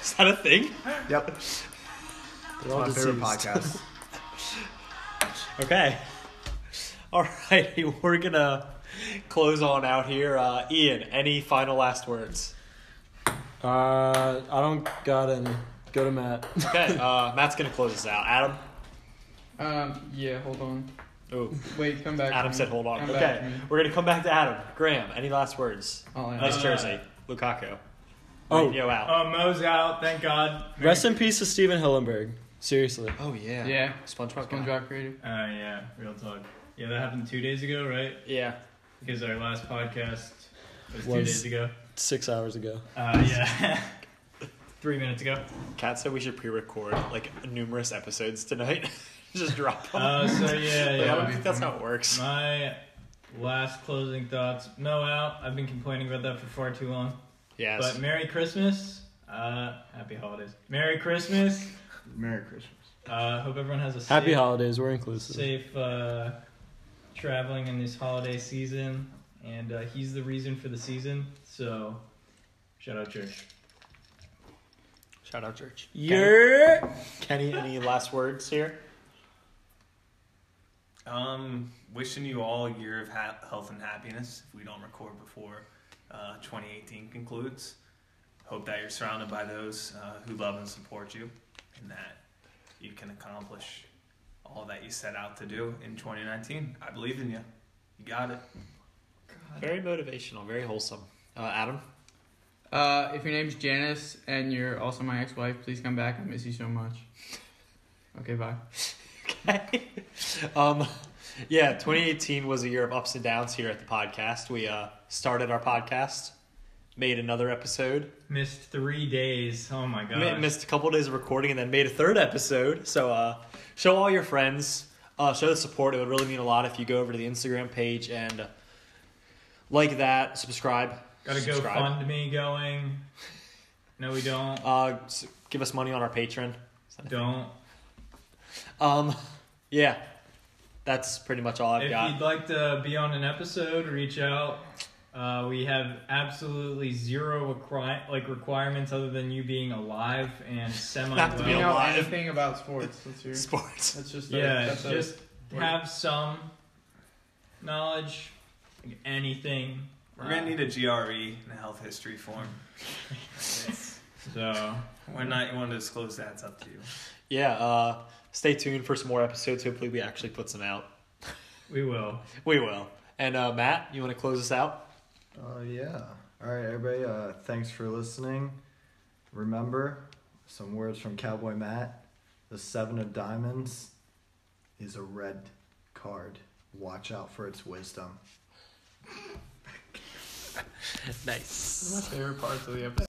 [SPEAKER 1] Is that a thing?
[SPEAKER 7] Yep, it's
[SPEAKER 3] all
[SPEAKER 7] my favorite
[SPEAKER 3] deceased.
[SPEAKER 7] podcast.
[SPEAKER 1] Okay. All righty, *laughs* we're gonna close on out here. Uh, Ian, any final last words?
[SPEAKER 3] Uh, I don't got any. Go to Matt.
[SPEAKER 1] Okay, uh, Matt's gonna close us out. Adam.
[SPEAKER 4] Um, yeah, hold on.
[SPEAKER 1] Oh,
[SPEAKER 4] Wait, come back.
[SPEAKER 1] Adam
[SPEAKER 4] to me.
[SPEAKER 1] said, "Hold on."
[SPEAKER 4] Come back to
[SPEAKER 1] okay,
[SPEAKER 4] me. Oh, Uh,
[SPEAKER 1] we're gonna come back to Adam. Graham, any last words?
[SPEAKER 4] I'll end
[SPEAKER 1] Nice
[SPEAKER 4] it.
[SPEAKER 1] jersey, Lukaku.
[SPEAKER 3] Oh.
[SPEAKER 1] Mourinho out.
[SPEAKER 2] Uh, Mo's out, thank God.
[SPEAKER 3] Rest in peace to Steven Hillenberg. Seriously.
[SPEAKER 1] Oh yeah.
[SPEAKER 4] Yeah.
[SPEAKER 1] SpongeBob. guy.
[SPEAKER 4] SpongeBob creative.
[SPEAKER 2] Uh, yeah, real talk. Yeah, that happened two days ago, right?
[SPEAKER 1] Yeah.
[SPEAKER 2] Because our last podcast was two
[SPEAKER 3] Was-
[SPEAKER 2] days ago.
[SPEAKER 3] Six hours ago.
[SPEAKER 2] Uh, yeah. *laughs* Three minutes ago.
[SPEAKER 1] Kat said we should pre-record like numerous episodes tonight. *laughs* Just drop them.
[SPEAKER 2] Uh,
[SPEAKER 1] But
[SPEAKER 2] so yeah,
[SPEAKER 1] I don't
[SPEAKER 2] yeah.
[SPEAKER 1] think that's how it works.
[SPEAKER 2] My last closing thoughts. Mo out. I've been complaining about that for far too long.
[SPEAKER 1] Yes.
[SPEAKER 2] But Merry Christmas. Uh, happy holidays. Merry Christmas.
[SPEAKER 7] Merry Christmas.
[SPEAKER 2] Uh, hope everyone has a safe,
[SPEAKER 3] Happy holidays. We're inclusive.
[SPEAKER 2] safe uh, traveling in this holiday season. And uh, he's the reason for the season. So, shout out church.
[SPEAKER 1] Shout out church.
[SPEAKER 3] Yeah.
[SPEAKER 1] Kenny, any last words here?
[SPEAKER 5] Um, wishing you all a year of ha- health and happiness. If we don't record before uh, 2018 concludes, hope that you're surrounded by those uh, who love and support you, and that you can accomplish all that you set out to do in 2019. I believe in you. You got it.
[SPEAKER 1] Very motivational. Very wholesome. Uh, Adam. *laughs*
[SPEAKER 4] Uh, if your name's Janice and you're also my ex-wife, please come back. I miss you so much. Okay, bye.
[SPEAKER 1] Okay. um, yeah, 2018 was a year of ups and downs here at the podcast. We uh, started our podcast, made another episode,
[SPEAKER 2] Missed three days. Oh my
[SPEAKER 1] mi-
[SPEAKER 2] god.
[SPEAKER 1] missed a couple days of recording, and then made a third episode. So uh, show all your friends, uh, show the support. It would really mean a lot if you go over to the Instagram page and like that, subscribe.
[SPEAKER 2] Got a
[SPEAKER 1] subscribe.
[SPEAKER 2] GoFundMe going. No, we don't.
[SPEAKER 1] Uh, s- give us money on our Patreon.
[SPEAKER 2] Don't.
[SPEAKER 1] Um, yeah, that's pretty much all I've
[SPEAKER 2] If
[SPEAKER 1] got.
[SPEAKER 2] you'd like to be on an episode, reach out. Uh, we have absolutely zero requi- like requirements other than you being alive and
[SPEAKER 1] *laughs*
[SPEAKER 2] semi
[SPEAKER 1] Have to
[SPEAKER 4] Do
[SPEAKER 1] be
[SPEAKER 4] you
[SPEAKER 2] well.
[SPEAKER 4] know
[SPEAKER 1] alive.
[SPEAKER 4] anything about sports? That's your.
[SPEAKER 1] Sports. *laughs*
[SPEAKER 4] That's just. a-
[SPEAKER 2] Yeah,
[SPEAKER 4] that's a-
[SPEAKER 2] just
[SPEAKER 4] word.
[SPEAKER 2] have some knowledge, like anything. E *laughs*
[SPEAKER 5] We're gonna need a GRE and a health history form.
[SPEAKER 2] So
[SPEAKER 5] When not you want to disclose that, it's up to you.
[SPEAKER 1] Yeah, uh, stay tuned for some more episodes. Hopefully, we actually put some out.
[SPEAKER 2] we will.
[SPEAKER 1] We will. And uh, Matt, you want to close us out?
[SPEAKER 7] Uh, yeah. All right, everybody. Uh, thanks for listening. Remember, some words from Cowboy Matt: the Seven of Diamonds is a red card. Watch out for its wisdom.
[SPEAKER 1] Nice.
[SPEAKER 4] My favorite parts of the episode.